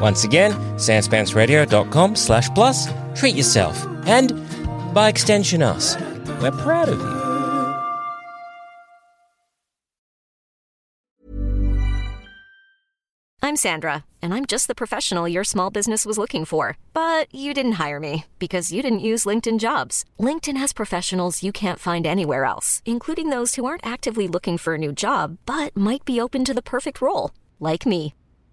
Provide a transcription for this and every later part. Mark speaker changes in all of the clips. Speaker 1: Once again, sanspantsradio.com slash plus, treat yourself, and by extension us. We're proud of you.
Speaker 2: I'm Sandra, and I'm just the professional your small business was looking for. But you didn't hire me because you didn't use LinkedIn jobs. LinkedIn has professionals you can't find anywhere else, including those who aren't actively looking for a new job but might be open to the perfect role, like me.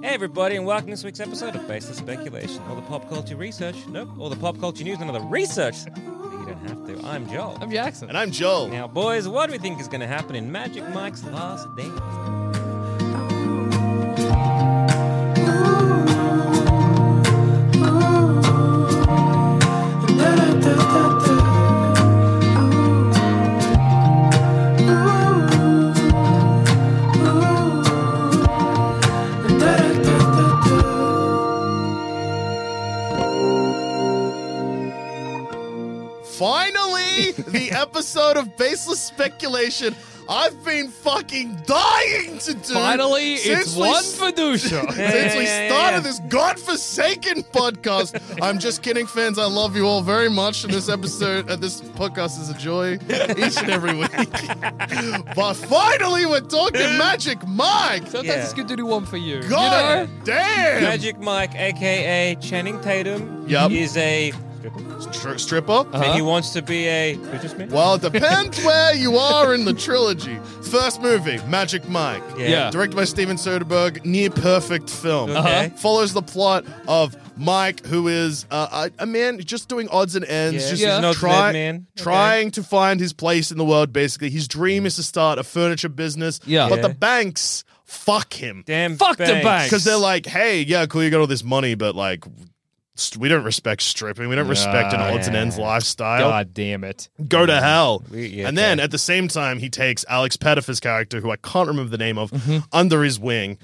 Speaker 1: Hey everybody, and welcome to this week's episode of Baseless Speculation. All the pop culture research, nope, all the pop culture news and other research. that You don't have to. I'm Joel.
Speaker 3: I'm Jackson.
Speaker 4: And I'm Joel.
Speaker 1: Now, boys, what do we think is going to happen in Magic Mike's last dance?
Speaker 4: Finally, the episode of Baseless Speculation I've been fucking dying to do.
Speaker 3: Finally, it's
Speaker 4: since we
Speaker 3: one
Speaker 4: s- Since
Speaker 3: fiducia.
Speaker 4: we
Speaker 1: yeah, yeah, yeah.
Speaker 4: started this godforsaken podcast, I'm just kidding, fans. I love you all very much, and this episode, uh, this podcast is a joy each and every week. but finally, we're talking Magic Mike.
Speaker 3: Sometimes
Speaker 1: Yeah.
Speaker 3: it's good to do one for you.
Speaker 4: God damn,
Speaker 1: Magic Mike, aka Channing Tatum,
Speaker 4: Yup.
Speaker 1: is a stripper,
Speaker 4: Stri- stripper.
Speaker 3: Uh, Uh-huh.
Speaker 1: and he wants to be a businessman.
Speaker 4: Well, it depends where you are in the trilogy. First movie, Magic Mike.
Speaker 3: Yeah.
Speaker 4: Directed by Steven Soderbergh, near perfect film.
Speaker 1: Okay. Uh-huh.
Speaker 4: Follows the plot of Mike, who is uh, a, a man just doing odds and ends,
Speaker 1: Yeah,
Speaker 4: just
Speaker 1: he's an odds and
Speaker 4: try-
Speaker 1: end man. Okay.
Speaker 4: trying to find his place in the world. Basically, his dream is to start a furniture business.
Speaker 3: Yeah.
Speaker 4: but
Speaker 1: Yeah.
Speaker 4: the banks fuck him
Speaker 1: Damn
Speaker 3: Fuck the
Speaker 1: banks.
Speaker 3: bank.
Speaker 4: because they're like, "Hey, yeah, cool, you got all this money, but like." st- We don't respect stripping. We don't respect an odds and ends lifestyle
Speaker 3: Ah, God damn it.
Speaker 4: go to hell.
Speaker 1: We- yeah,
Speaker 4: and then at the same time, he takes Alex Pettifer's character, who I can't remember the name of,
Speaker 3: Mm-hmm.
Speaker 4: under his wing,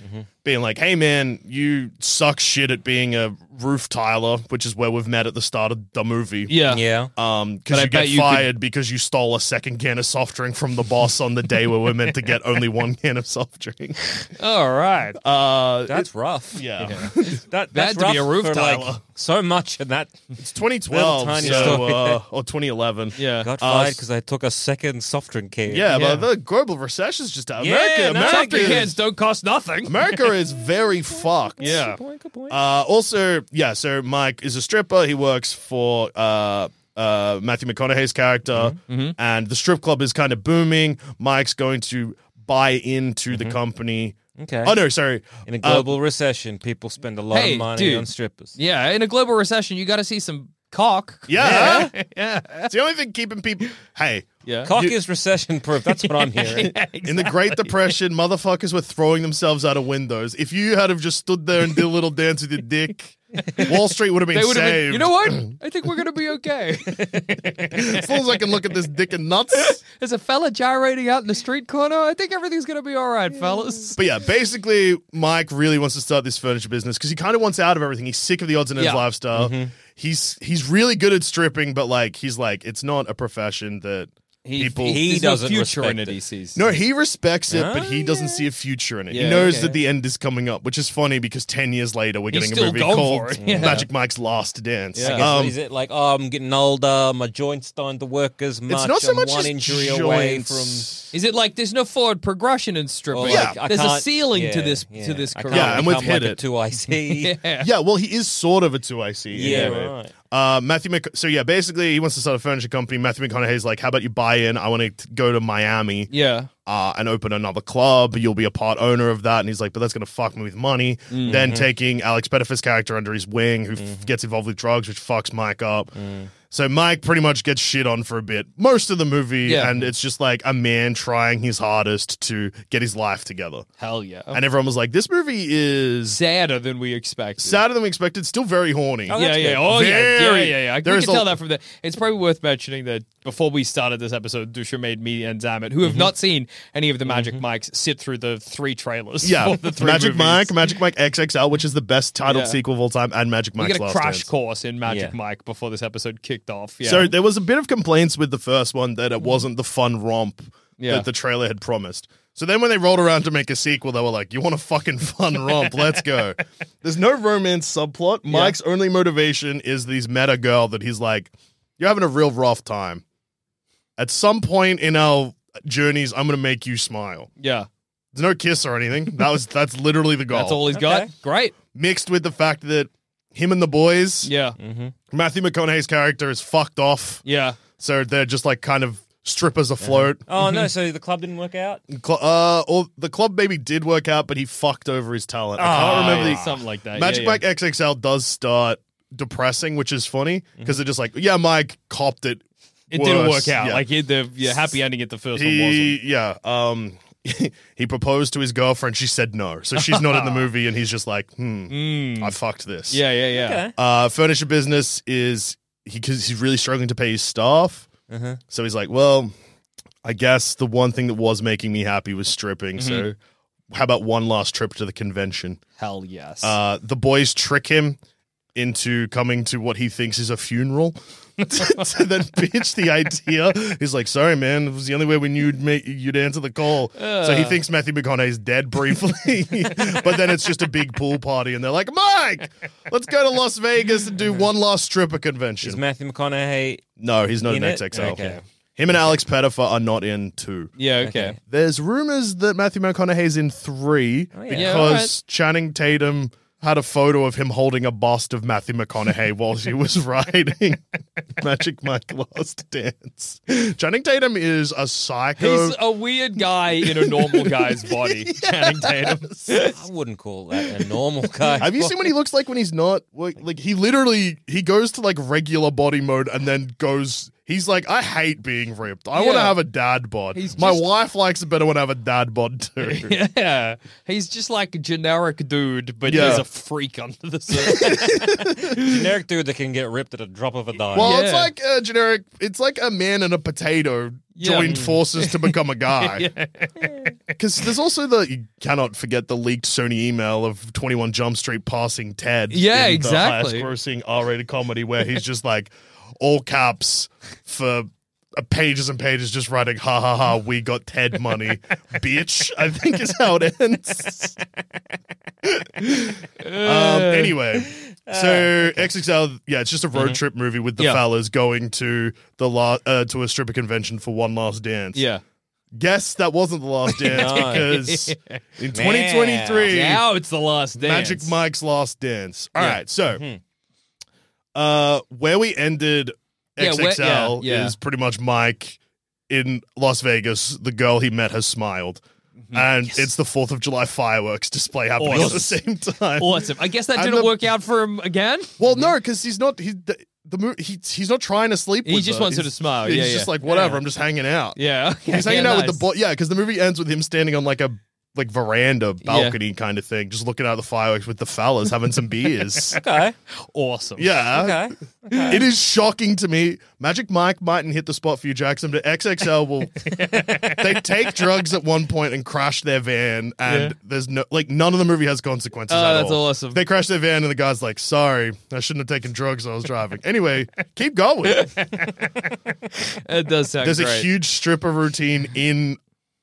Speaker 4: being like, hey, man, you suck shit at being a roof tiler, which is where we've met at the start of the movie.
Speaker 3: Yeah.
Speaker 1: Yeah.
Speaker 4: Um,
Speaker 3: But
Speaker 4: because
Speaker 3: I
Speaker 4: you
Speaker 3: bet
Speaker 4: get
Speaker 3: you could-
Speaker 4: fired because you stole a second can of soft drink from the boss on the day where we're meant to get only one can of soft drink.
Speaker 3: All right.
Speaker 4: Uh,
Speaker 1: That's rough.
Speaker 4: yeah.
Speaker 1: That,
Speaker 3: That
Speaker 1: that's
Speaker 3: had to be
Speaker 1: rough
Speaker 3: a roof
Speaker 1: for, like,
Speaker 3: tiler.
Speaker 1: so much in that.
Speaker 4: It's 2012,
Speaker 1: tiny
Speaker 4: so,
Speaker 1: story.
Speaker 4: uh, or 2011.
Speaker 3: Yeah.
Speaker 1: Got
Speaker 4: Uh,
Speaker 1: fired because I took a second soft drink can.
Speaker 4: Yeah,
Speaker 3: Yeah.
Speaker 4: but the global recession is just
Speaker 1: Yeah,
Speaker 4: America.
Speaker 1: no,
Speaker 4: America,
Speaker 3: Second
Speaker 4: is-
Speaker 3: hands don't cost nothing.
Speaker 4: America is very fucked.
Speaker 3: Yeah.
Speaker 1: Good point, good point.
Speaker 4: Uh, also, yeah, so Mike is a stripper. He works for uh, uh, Matthew McConaughey's character,
Speaker 1: Mm-hmm.
Speaker 4: and the strip club is kind of booming. Mike's going to buy into the company.
Speaker 1: Mm-hmm. Okay.
Speaker 4: Oh, no, sorry.
Speaker 1: in a
Speaker 4: Uh,
Speaker 1: global recession, people spend a lot
Speaker 3: Hey,
Speaker 1: of money
Speaker 3: dude.
Speaker 1: on strippers.
Speaker 3: Yeah, in a global recession, you got to see some cock.
Speaker 4: Uh, yeah.
Speaker 3: yeah.
Speaker 4: It's the only thing keeping people. Hey,
Speaker 3: Yeah.
Speaker 1: Cock is recession proof. That's what I'm hearing.
Speaker 4: in the Great Depression, motherfuckers were throwing themselves out of windows. If you had have just stood there and did a little dance with your dick, Wall Street would have been
Speaker 3: They would
Speaker 4: saved.
Speaker 3: have been, you know what? I think we're going to be okay.
Speaker 4: As long as I can look at this dick and nuts.
Speaker 3: There's a fella gyrating out in the street corner. I think everything's going to be all right, fellas.
Speaker 4: But yeah, basically, Mike really wants to start this furniture business because he kind of wants out of everything. He's sick of the odds and ends
Speaker 3: Yeah.
Speaker 4: lifestyle.
Speaker 1: Mm-hmm.
Speaker 4: He's he's really good at stripping, but like he's like it's not a profession that people.
Speaker 1: he
Speaker 3: There's no
Speaker 1: doesn't
Speaker 3: future in
Speaker 1: respect
Speaker 3: it,
Speaker 1: it.
Speaker 3: he sees.
Speaker 4: no, he respects it, but
Speaker 1: Oh,
Speaker 4: he doesn't see a future in it.
Speaker 3: Yeah,
Speaker 4: he knows
Speaker 3: okay.
Speaker 4: that the end is coming up, which is funny because ten years later we're
Speaker 3: He's
Speaker 4: getting a
Speaker 3: still
Speaker 4: movie
Speaker 3: going
Speaker 4: called
Speaker 3: for it. Yeah.
Speaker 4: Magic Mike's Last Dance.
Speaker 3: Yeah.
Speaker 1: I guess,
Speaker 4: Um,
Speaker 1: is it like, oh, I'm getting older, my joints starting to work as much.
Speaker 4: it's not so
Speaker 1: I'm
Speaker 4: much
Speaker 1: one
Speaker 4: his
Speaker 1: injury away from.
Speaker 4: joints.
Speaker 3: Is it like there's no forward progression in stripping?
Speaker 1: Or,
Speaker 4: Yeah.
Speaker 1: like, I
Speaker 3: there's a
Speaker 1: can't-
Speaker 3: ceiling to
Speaker 1: yeah,
Speaker 3: this
Speaker 1: yeah.
Speaker 3: to this
Speaker 1: I
Speaker 3: career.
Speaker 1: can't
Speaker 4: Yeah, and we've
Speaker 1: become
Speaker 4: hit
Speaker 1: like a
Speaker 4: it.
Speaker 1: Two IC.
Speaker 3: Yeah.
Speaker 4: Yeah, well, he is sort of a two IC.
Speaker 1: Yeah, right.
Speaker 4: Uh, Matthew Mc- so yeah, basically he wants to start a furniture company. Matthew McConaughey's like, "How about you buy in? I want to go to Miami
Speaker 3: Yeah.
Speaker 4: uh, and open another club. You'll be a part owner of that." And he's like, "But that's gonna fuck me with money."
Speaker 3: Mm-hmm.
Speaker 4: Then taking Alex Pettiford's character under his wing, who f- gets involved with drugs, which fucks Mike up.
Speaker 3: Mm.
Speaker 4: So Mike pretty much gets shit on for a bit most of the movie,
Speaker 3: Yeah.
Speaker 4: and it's just like a man trying his hardest to get his life together.
Speaker 3: Hell yeah.
Speaker 4: And everyone was like, "This movie is."
Speaker 3: sadder than we expected.
Speaker 4: Sadder than we expected, still very horny.
Speaker 1: Oh,
Speaker 3: yeah,
Speaker 1: that's
Speaker 3: yeah.
Speaker 1: good.
Speaker 3: Oh, yeah, yeah,
Speaker 4: Very.
Speaker 3: yeah, yeah. I
Speaker 4: There
Speaker 3: we
Speaker 4: is
Speaker 3: can
Speaker 4: a-
Speaker 3: tell that from the. It's probably worth mentioning that before we started this episode, Dusha made me and Zamet, who have
Speaker 4: Mm-hmm.
Speaker 3: not seen any of the Magic Mikes, sit through the three trailers.
Speaker 4: Yeah,
Speaker 3: for the three
Speaker 4: Magic
Speaker 3: movies.
Speaker 4: Mike, Magic Mike XXL, which is the best titled
Speaker 3: Yeah.
Speaker 4: sequel of all time, and Magic
Speaker 3: We
Speaker 4: Mike's
Speaker 3: get a
Speaker 4: Last
Speaker 3: crash
Speaker 4: Dance.
Speaker 3: course in Magic
Speaker 1: Yeah.
Speaker 3: Mike before this episode kicked off. Yeah. Mm.
Speaker 4: So there was a bit of complaints with the first one that it wasn't the fun romp
Speaker 3: Yeah.
Speaker 4: that the trailer had promised. So then when they rolled around to make a sequel, they were like, "You want a fucking fun romp? Let's go." There's no romance subplot. Mike's only motivation is these meta girl that he's like, "You're having a real rough time. At some point in our journeys, I'm gonna make you smile."
Speaker 3: yeah,
Speaker 4: There's no kiss or anything. That was that's literally the goal.
Speaker 3: that's all he's
Speaker 1: Okay.
Speaker 3: got. Great.
Speaker 4: mixed with the fact that him and the boys,
Speaker 3: Yeah,
Speaker 4: Matthew McConaughey's character is fucked off.
Speaker 3: yeah.
Speaker 4: So they're just like kind of strippers afloat.
Speaker 1: Oh no! So the club didn't work out.
Speaker 3: Uh-huh.
Speaker 4: Cl- uh, or the club maybe did work out, but he fucked over his talent. I can't
Speaker 3: Oh,
Speaker 4: remember
Speaker 3: yeah,
Speaker 4: the
Speaker 3: something like that.
Speaker 4: Magic
Speaker 3: yeah,
Speaker 4: Mike XXL does start depressing, which is funny because they're just like, yeah, Mike copped it.
Speaker 3: yeah. Mm-hmm. It didn't
Speaker 4: worse.
Speaker 3: work out.
Speaker 4: Yeah.
Speaker 3: Like it, the yeah, happy ending at the first one wasn't.
Speaker 4: he, yeah, um, he proposed to his girlfriend. She said no, so she's not in the movie, and he's just like, hmm,
Speaker 3: Mm.
Speaker 4: I fucked this.
Speaker 3: Yeah, yeah, yeah.
Speaker 1: Okay.
Speaker 4: Uh, furniture business is he because he's really struggling to pay his staff. So he's like, well, I guess the one thing that was making me happy was stripping. So how about one last trip to the convention?
Speaker 3: Hell yes.
Speaker 4: Uh, the boys trick him into coming to what he thinks is a funeral. to then pitch the idea, he's like, "Sorry, man, it was the only way we knew you'd, make, you'd answer the call." so he thinks Matthew McConaughey's dead briefly, but then it's just a big pool party, and they're like, "Mike, let's go to Las Vegas and do one last stripper convention."
Speaker 1: Is Matthew McConaughey?
Speaker 4: no, he's not in
Speaker 1: in it?
Speaker 4: XXL.
Speaker 1: Okay.
Speaker 4: Him and Alex Pettifer are not in two.
Speaker 3: yeah. Okay.
Speaker 4: There's rumors that Matthew McConaughey's in three
Speaker 1: yeah.
Speaker 4: because
Speaker 3: Yeah, all right.
Speaker 4: Channing Tatum had a photo of him holding a bust of Matthew McConaughey while she was riding Magic Mike Last Dance. Channing Tatum is a psycho.
Speaker 3: He's a weird guy in a normal guy's body. Channing Tatum.
Speaker 1: I wouldn't call that a normal guy.
Speaker 4: Have you seen what he looks like when he's not? Like, like he literally he goes to like regular body mode and then goes. He's like, I hate being ripped. I want to
Speaker 3: Yeah.
Speaker 4: have a dad bod.
Speaker 3: He's
Speaker 4: My
Speaker 3: just-
Speaker 4: wife likes it better when I have a dad bod too.
Speaker 3: Yeah, he's just like a generic dude, but
Speaker 4: Yeah.
Speaker 3: he's a freak under the surface.
Speaker 1: generic dude that can get ripped at a drop of a dime?
Speaker 4: Well, it's
Speaker 3: Yeah.
Speaker 4: like a generic. It's like a man and a potato
Speaker 3: Yeah.
Speaker 4: joined forces to become a guy. Because there's also the you cannot forget the leaked Sony email of 21 Jump Street passing Ted.
Speaker 3: Yeah,
Speaker 4: in
Speaker 3: exactly.
Speaker 4: The highest grossing R-rated comedy where he's just like all caps for. uh, Pages and pages just writing, ha ha ha, we got Ted money, bitch. I think is how it ends. Um, anyway, so XXL, yeah, it's just a road trip movie with the
Speaker 3: Ah, Mm-hmm. Yeah.
Speaker 4: fellas going to the la- uh, to a stripper convention for one last dance.
Speaker 3: yeah.
Speaker 4: guess that wasn't the last dance
Speaker 1: No.
Speaker 4: because in 2023,
Speaker 3: Now it's the last dance.
Speaker 4: Magic Mike's last dance. All right,
Speaker 3: Yeah. Mm-hmm.
Speaker 4: so uh, where we ended
Speaker 3: Yeah, where-
Speaker 4: XXL
Speaker 3: yeah, yeah.
Speaker 4: is pretty much Mike in Las Vegas. The girl he met has smiled.
Speaker 3: Mm-hmm.
Speaker 4: And it's the 4th of July fireworks display happening at the
Speaker 3: Awesome.
Speaker 4: same time.
Speaker 3: Awesome. I guess that
Speaker 4: And
Speaker 3: didn't
Speaker 4: the-
Speaker 3: work out for him again.
Speaker 4: Well, no, because he's not. He the, the mo- he, he's not trying to sleep.
Speaker 3: He
Speaker 4: with
Speaker 3: just
Speaker 4: her.
Speaker 3: wants her
Speaker 4: He's-
Speaker 3: to smile.
Speaker 4: He's
Speaker 3: Yeah,
Speaker 4: just
Speaker 3: yeah.
Speaker 4: like whatever. I'm just hanging out.
Speaker 3: Yeah. okay.
Speaker 4: he's hanging
Speaker 3: Yeah,
Speaker 4: out with
Speaker 3: nice.
Speaker 4: the boy. Yeah, because the movie ends with him standing on like a like veranda balcony kind of thing, just looking out the fireworks with the fellas having some beers.
Speaker 1: okay.
Speaker 3: Awesome.
Speaker 4: Yeah.
Speaker 1: Okay.
Speaker 4: It is shocking to me. Magic Mike mightn't hit the spot for you, Jackson, but XXL will. they take drugs at one point and crash their van, and there's no like none of the movie has consequences.
Speaker 3: Oh,
Speaker 4: at
Speaker 3: that's
Speaker 4: all.
Speaker 3: awesome.
Speaker 4: They crash their van, and the guy's like, "Sorry, I shouldn't have taken drugs. I was driving." Anyway, keep going.
Speaker 3: It does sound
Speaker 4: There's a
Speaker 3: great.
Speaker 4: huge stripper routine in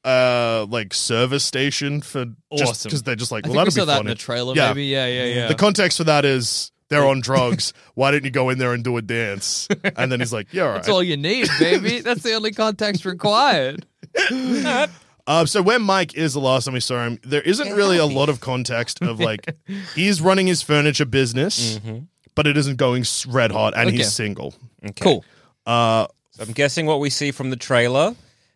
Speaker 4: uh like service station for just
Speaker 3: Awesome.
Speaker 4: because they're just like,
Speaker 3: I
Speaker 4: well,
Speaker 3: think
Speaker 4: that'll be
Speaker 3: we saw that
Speaker 4: funny.
Speaker 3: in the trailer,
Speaker 4: Yeah.
Speaker 3: maybe. Yeah, yeah, yeah.
Speaker 4: The context for that is. They're on drugs. Why didn't you go in there and do a dance? And then he's like, "Yeah, all right."
Speaker 3: That's all you need, baby. That's the only context required.
Speaker 4: Uh, so when Mike is the last time we saw him, there isn't really a lot of context of like he's running his furniture business, but it isn't going s- red hot, and
Speaker 3: Mm-hmm. Okay.
Speaker 4: he's single.
Speaker 3: Cool.
Speaker 4: Uh,
Speaker 1: So I'm guessing what we see from the trailer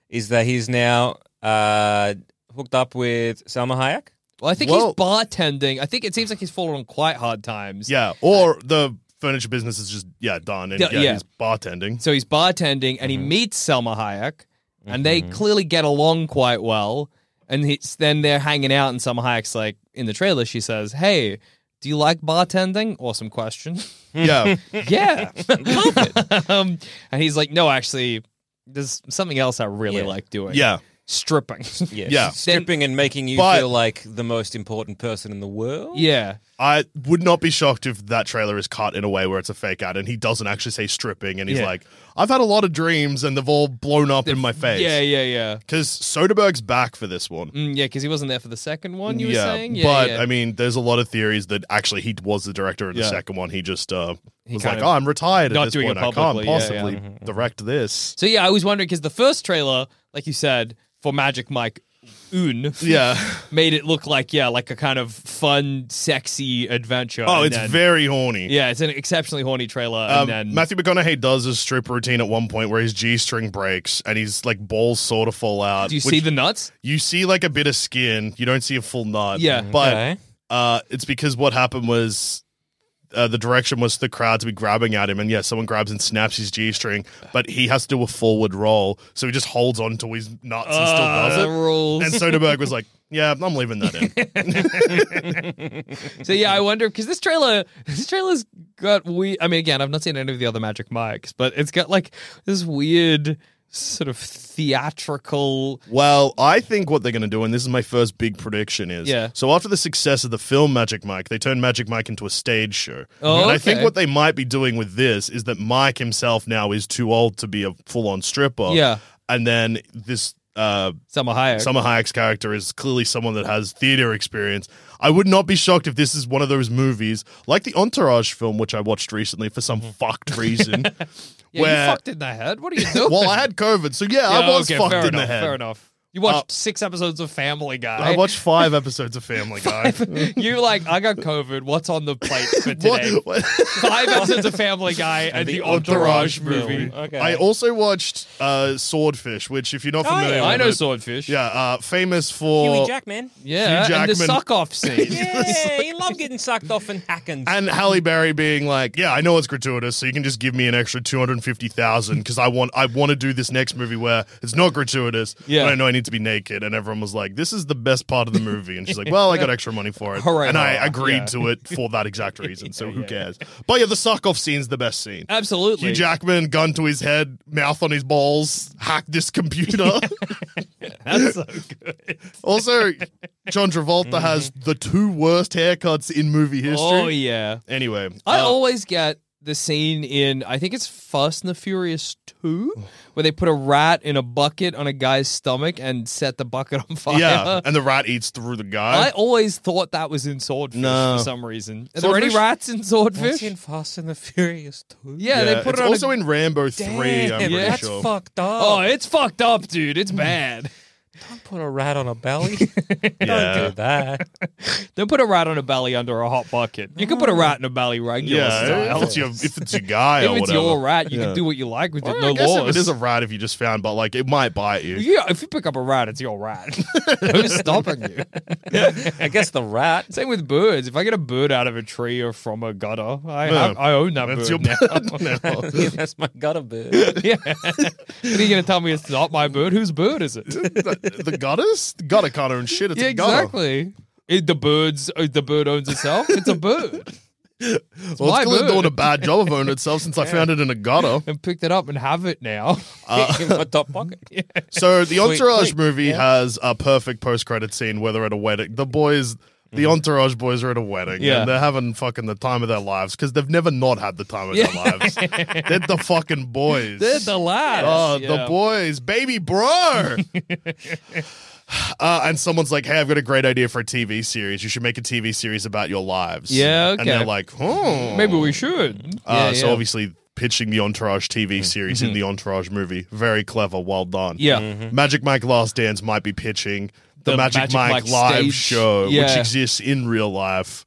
Speaker 1: is that he's now uh, hooked up with Salma Hayek.
Speaker 3: Well, I think
Speaker 4: Whoa.
Speaker 3: he's bartending. I think it seems like he's fallen on quite hard times.
Speaker 4: yeah, or the furniture business is just yeah done, and
Speaker 3: Yeah,
Speaker 4: yeah,
Speaker 3: yeah.
Speaker 4: he's bartending.
Speaker 3: So he's bartending
Speaker 4: Mm-hmm.
Speaker 3: and he meets Selma Hayek, and they clearly get along quite well. And it's, then they're hanging out, and Selma Hayek's like, in the trailer, she says, Hey, do you like bartending? Awesome question.
Speaker 4: yeah,
Speaker 3: yeah. um, and he's like, No, actually, there's something else I really
Speaker 1: Yeah.
Speaker 3: like doing.
Speaker 4: yeah,
Speaker 3: Stripping.
Speaker 1: Yeah.
Speaker 4: Yeah.
Speaker 1: Stripping and making you
Speaker 4: But-
Speaker 1: feel like the most important person in the world.
Speaker 3: yeah.
Speaker 4: I would not be shocked if that trailer is cut in a way where it's a fake ad, and he doesn't actually say stripping, and he's
Speaker 3: Yeah.
Speaker 4: like, "I've had a lot of dreams, and they've all blown up in my face."
Speaker 3: Yeah, yeah, yeah.
Speaker 4: because Soderbergh's back for this one.
Speaker 3: Mm, yeah, because he wasn't there for the second one, Mm, you were saying? Yeah,
Speaker 4: but
Speaker 3: yeah.
Speaker 4: I mean, there's a lot of theories that actually he was the director in the
Speaker 3: Yeah.
Speaker 4: second one. He just uh, was
Speaker 3: kind
Speaker 4: like,
Speaker 3: of-
Speaker 4: "Oh, I'm retired
Speaker 3: not
Speaker 4: at this
Speaker 3: doing it
Speaker 4: point. I can't
Speaker 3: publicly, yeah, Mm-hmm, yeah.
Speaker 4: possibly direct this."
Speaker 3: So yeah, I was wondering because the first trailer, like you said, for Magic Mike Un,
Speaker 4: Yeah.
Speaker 3: made it look like yeah, like a kind of fun, sexy adventure.
Speaker 4: Oh,
Speaker 3: and
Speaker 4: it's
Speaker 3: then-
Speaker 4: very horny.
Speaker 3: yeah, it's an exceptionally horny trailer.
Speaker 4: Um,
Speaker 3: and then
Speaker 4: Matthew McConaughey does his strip routine at one point where his G string breaks and his like balls sort of fall out.
Speaker 3: do you
Speaker 4: which-
Speaker 3: see the nuts?
Speaker 4: You see like a bit of skin. You don't see a full nut.
Speaker 3: Yeah.
Speaker 4: Mm, but
Speaker 1: Okay.
Speaker 4: uh, it's because what happened was uh, the direction was the crowd to be grabbing at him, and yeah, someone grabs and snaps his G string, but he has to do a forward roll, so he just holds on to his nuts and still does
Speaker 3: Uh,
Speaker 4: it.
Speaker 3: rules.
Speaker 4: And Soderbergh was like, "Yeah, I'm leaving that in."
Speaker 3: So yeah, I wonder because this trailer, this trailer's got we. I mean, again, I've not seen any of the other Magic Mikes, but it's got like this weird sort of theatrical.
Speaker 4: Well, I think what they're going to do, and this is my first big prediction, is
Speaker 3: Yeah.
Speaker 4: So after the success of the film Magic Mike, they turned Magic Mike into a stage show.
Speaker 3: Oh,
Speaker 4: and I
Speaker 3: okay.
Speaker 4: think what they might be doing with this is that Mike himself now is too old to be a full-on stripper.
Speaker 3: Yeah.
Speaker 4: and then this. Uh,
Speaker 3: Summer Hayek.
Speaker 4: Summer Hayek's character is clearly someone that has theater experience. I would not be shocked if this is one of those movies, like the Entourage film, which I watched recently for some fucked reason.
Speaker 3: Mm-hmm. yeah,
Speaker 4: where-
Speaker 3: you fucked in the head. What are you doing?
Speaker 4: well, I had COVID, so yeah, I
Speaker 3: Yeah,
Speaker 4: was
Speaker 3: okay,
Speaker 4: fucked in
Speaker 3: fair
Speaker 4: the
Speaker 3: enough,
Speaker 4: head. Uh,
Speaker 3: Fair enough. You watched six episodes of Family Guy.
Speaker 4: I watched five episodes of Family Guy.
Speaker 3: you like, I got COVID. What's on the plate for today?
Speaker 4: What- what-
Speaker 3: Five episodes of Family Guy and, the, Entourage, movie.
Speaker 1: Okay.
Speaker 4: I also watched uh, Swordfish, which, if you're not familiar, with
Speaker 3: Oh, I know
Speaker 4: it-
Speaker 3: Swordfish.
Speaker 4: Yeah, uh, famous for
Speaker 1: Huey Jackman.
Speaker 3: Yeah,
Speaker 4: Hugh
Speaker 3: and the
Speaker 4: Jackman.
Speaker 3: suck off scene.
Speaker 1: Yeah, he loved getting sucked off and hacking.
Speaker 4: and Halle Berry being like, "Yeah, I know it's gratuitous, so you can just give me an extra two hundred fifty thousand because I want I want to do this next movie where it's not gratuitous,
Speaker 3: Yeah.
Speaker 4: but I know I need to be naked." And everyone was like, "This is the best part of the movie," and she's like, "Well, I got extra money for it,
Speaker 3: Hooray,
Speaker 4: and I
Speaker 3: hurrah.
Speaker 4: agreed
Speaker 3: Oh, Yeah.
Speaker 4: to it for that exact reason." So who cares? But yeah, the suck off scene's the best scene.
Speaker 3: Absolutely.
Speaker 4: Hugh Jackman, gun to his head, mouth on his balls, hack this computer.
Speaker 3: That's so good.
Speaker 4: also, John Travolta has the two worst haircuts in movie history.
Speaker 3: Mm-hmm. Oh, yeah.
Speaker 4: Anyway,
Speaker 3: I
Speaker 4: uh,
Speaker 3: always get the scene in, I think it's Fast and the Furious 2, where they put a rat in a bucket on a guy's stomach and set the bucket on fire.
Speaker 4: yeah, and the rat eats through the guy.
Speaker 3: I always thought that was in Swordfish
Speaker 4: No.
Speaker 3: for some reason. Are there
Speaker 4: Swordfish?
Speaker 3: any rats in Swordfish?
Speaker 1: What's in Fast and the Furious too.
Speaker 3: yeah, they put
Speaker 4: it's
Speaker 3: it on.
Speaker 4: also
Speaker 3: a...
Speaker 4: in Rambo three. I'm
Speaker 1: Damn,
Speaker 4: pretty
Speaker 1: that's
Speaker 4: sure.
Speaker 1: fucked up.
Speaker 3: Oh, it's fucked up, dude. It's bad.
Speaker 1: Don't put a rat on a belly.
Speaker 4: Yeah.
Speaker 1: Don't do that.
Speaker 3: Don't put a rat on a belly under a hot bucket. You can put a rat in a belly regular
Speaker 4: Yeah,
Speaker 3: style.
Speaker 4: if it's your if it's your guy or
Speaker 3: if it's
Speaker 4: whatever.
Speaker 3: your rat, you
Speaker 4: Yeah.
Speaker 3: can do what you like with it.
Speaker 4: Well,
Speaker 3: No
Speaker 4: I guess
Speaker 3: laws.
Speaker 4: if it is a rat if you just found, but like it might bite you.
Speaker 3: yeah, if you pick up a rat, it's your rat. Who's stopping you?
Speaker 1: I guess the rat.
Speaker 3: Same with birds. If I get a bird out of a tree or from a gutter, I
Speaker 4: Yeah.
Speaker 3: I, I own that
Speaker 4: That's
Speaker 3: bird
Speaker 4: your
Speaker 3: now.
Speaker 4: bird now.
Speaker 1: Yeah, that's my gutter bird.
Speaker 3: yeah. Then you're gonna tell me it's not my bird. Whose bird is it?
Speaker 4: the, the goddess, the gutter can't own shit. It's
Speaker 3: yeah,
Speaker 4: a gutter.
Speaker 3: exactly. It- the birds, uh, the bird owns itself. It's a bird.
Speaker 4: Well,
Speaker 3: my
Speaker 4: it's clearly
Speaker 3: bird.
Speaker 4: doing a bad job of owning itself since I found it in a gutter.
Speaker 3: And picked it up and have it now.
Speaker 4: Uh.
Speaker 1: in my top pocket.
Speaker 4: So the
Speaker 1: Sweet,
Speaker 4: Entourage
Speaker 1: sweet.
Speaker 4: movie has a perfect post-credit scene where they're at a wedding. The boys, the Entourage boys, are at a wedding.
Speaker 3: Mm-hmm. Yeah.
Speaker 4: and they're having fucking the time of their lives because they've never not had the time of their lives. they're the fucking boys.
Speaker 3: They're the lads.
Speaker 4: Oh, the
Speaker 3: Yeah.
Speaker 4: boys, baby bro. Uh, and someone's like, "Hey, I've got a great idea for a TV series. You should make a TV series about your lives."
Speaker 3: Yeah,
Speaker 4: And they're
Speaker 3: okay.
Speaker 4: like, "Oh,
Speaker 3: Maybe we should.
Speaker 4: Uh, so
Speaker 3: Yeah, yeah. Mm-hmm.
Speaker 4: obviously, pitching the Entourage TV series in the Entourage movie. Very clever. Well done.
Speaker 3: Yeah.
Speaker 4: Magic Mike Last Dance might be pitching the,
Speaker 3: The
Speaker 4: Magic,
Speaker 3: Magic
Speaker 4: Mike,
Speaker 3: Mike
Speaker 4: live
Speaker 3: stage.
Speaker 4: show, which
Speaker 3: Yeah.
Speaker 4: exists in real life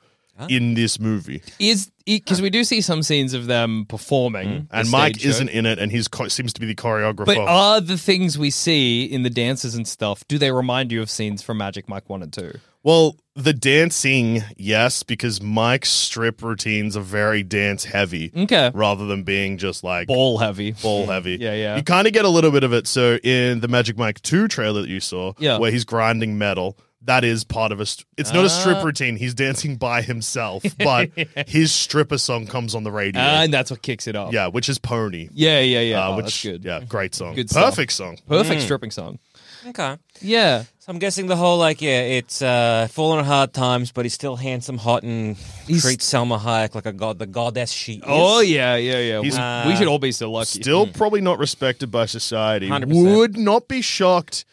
Speaker 4: in this movie.
Speaker 3: Is because we do see some scenes of them performing, the
Speaker 4: Mm-hmm. And Mike
Speaker 3: stage show.
Speaker 4: isn't in it, and he co- seems to be the choreographer.
Speaker 3: But uh, are the things we see in the dances and stuff? Do they remind you of scenes from Magic Mike One and Two?
Speaker 4: Well, the dancing, yes, because Mike's strip routines are very dance heavy
Speaker 3: Okay,
Speaker 4: rather than being just like ball,
Speaker 3: ball heavy.
Speaker 4: heavy.
Speaker 3: Yeah, yeah.
Speaker 4: You kind of get a little bit of it. So in the Magic Mike 2 trailer that you saw,
Speaker 3: Yeah.
Speaker 4: where he's grinding metal, that is part of a. St- it's not a
Speaker 3: Ah.
Speaker 4: strip routine. He's dancing by himself, but his stripper song comes on the radio.
Speaker 3: Ah, and that's what kicks it off.
Speaker 4: yeah, which is Pony.
Speaker 3: yeah, yeah, yeah.
Speaker 4: Uh,
Speaker 3: Oh,
Speaker 4: which,
Speaker 3: that's good.
Speaker 4: Yeah, Mm. great song.
Speaker 3: Good stuff.
Speaker 4: Perfect song.
Speaker 3: Perfect stripping song.
Speaker 1: Okay.
Speaker 3: Yeah,
Speaker 1: So I'm guessing the whole like yeah, it's uh, fallen on hard times, but he's still handsome, hot, and
Speaker 3: He's-
Speaker 1: treats Selma Hayek like a god, the goddess she is.
Speaker 3: Oh yeah, yeah, yeah. We,
Speaker 4: He's-
Speaker 3: we should all be so lucky.
Speaker 4: Still probably not respected by society.
Speaker 1: 100%.
Speaker 4: Would not be shocked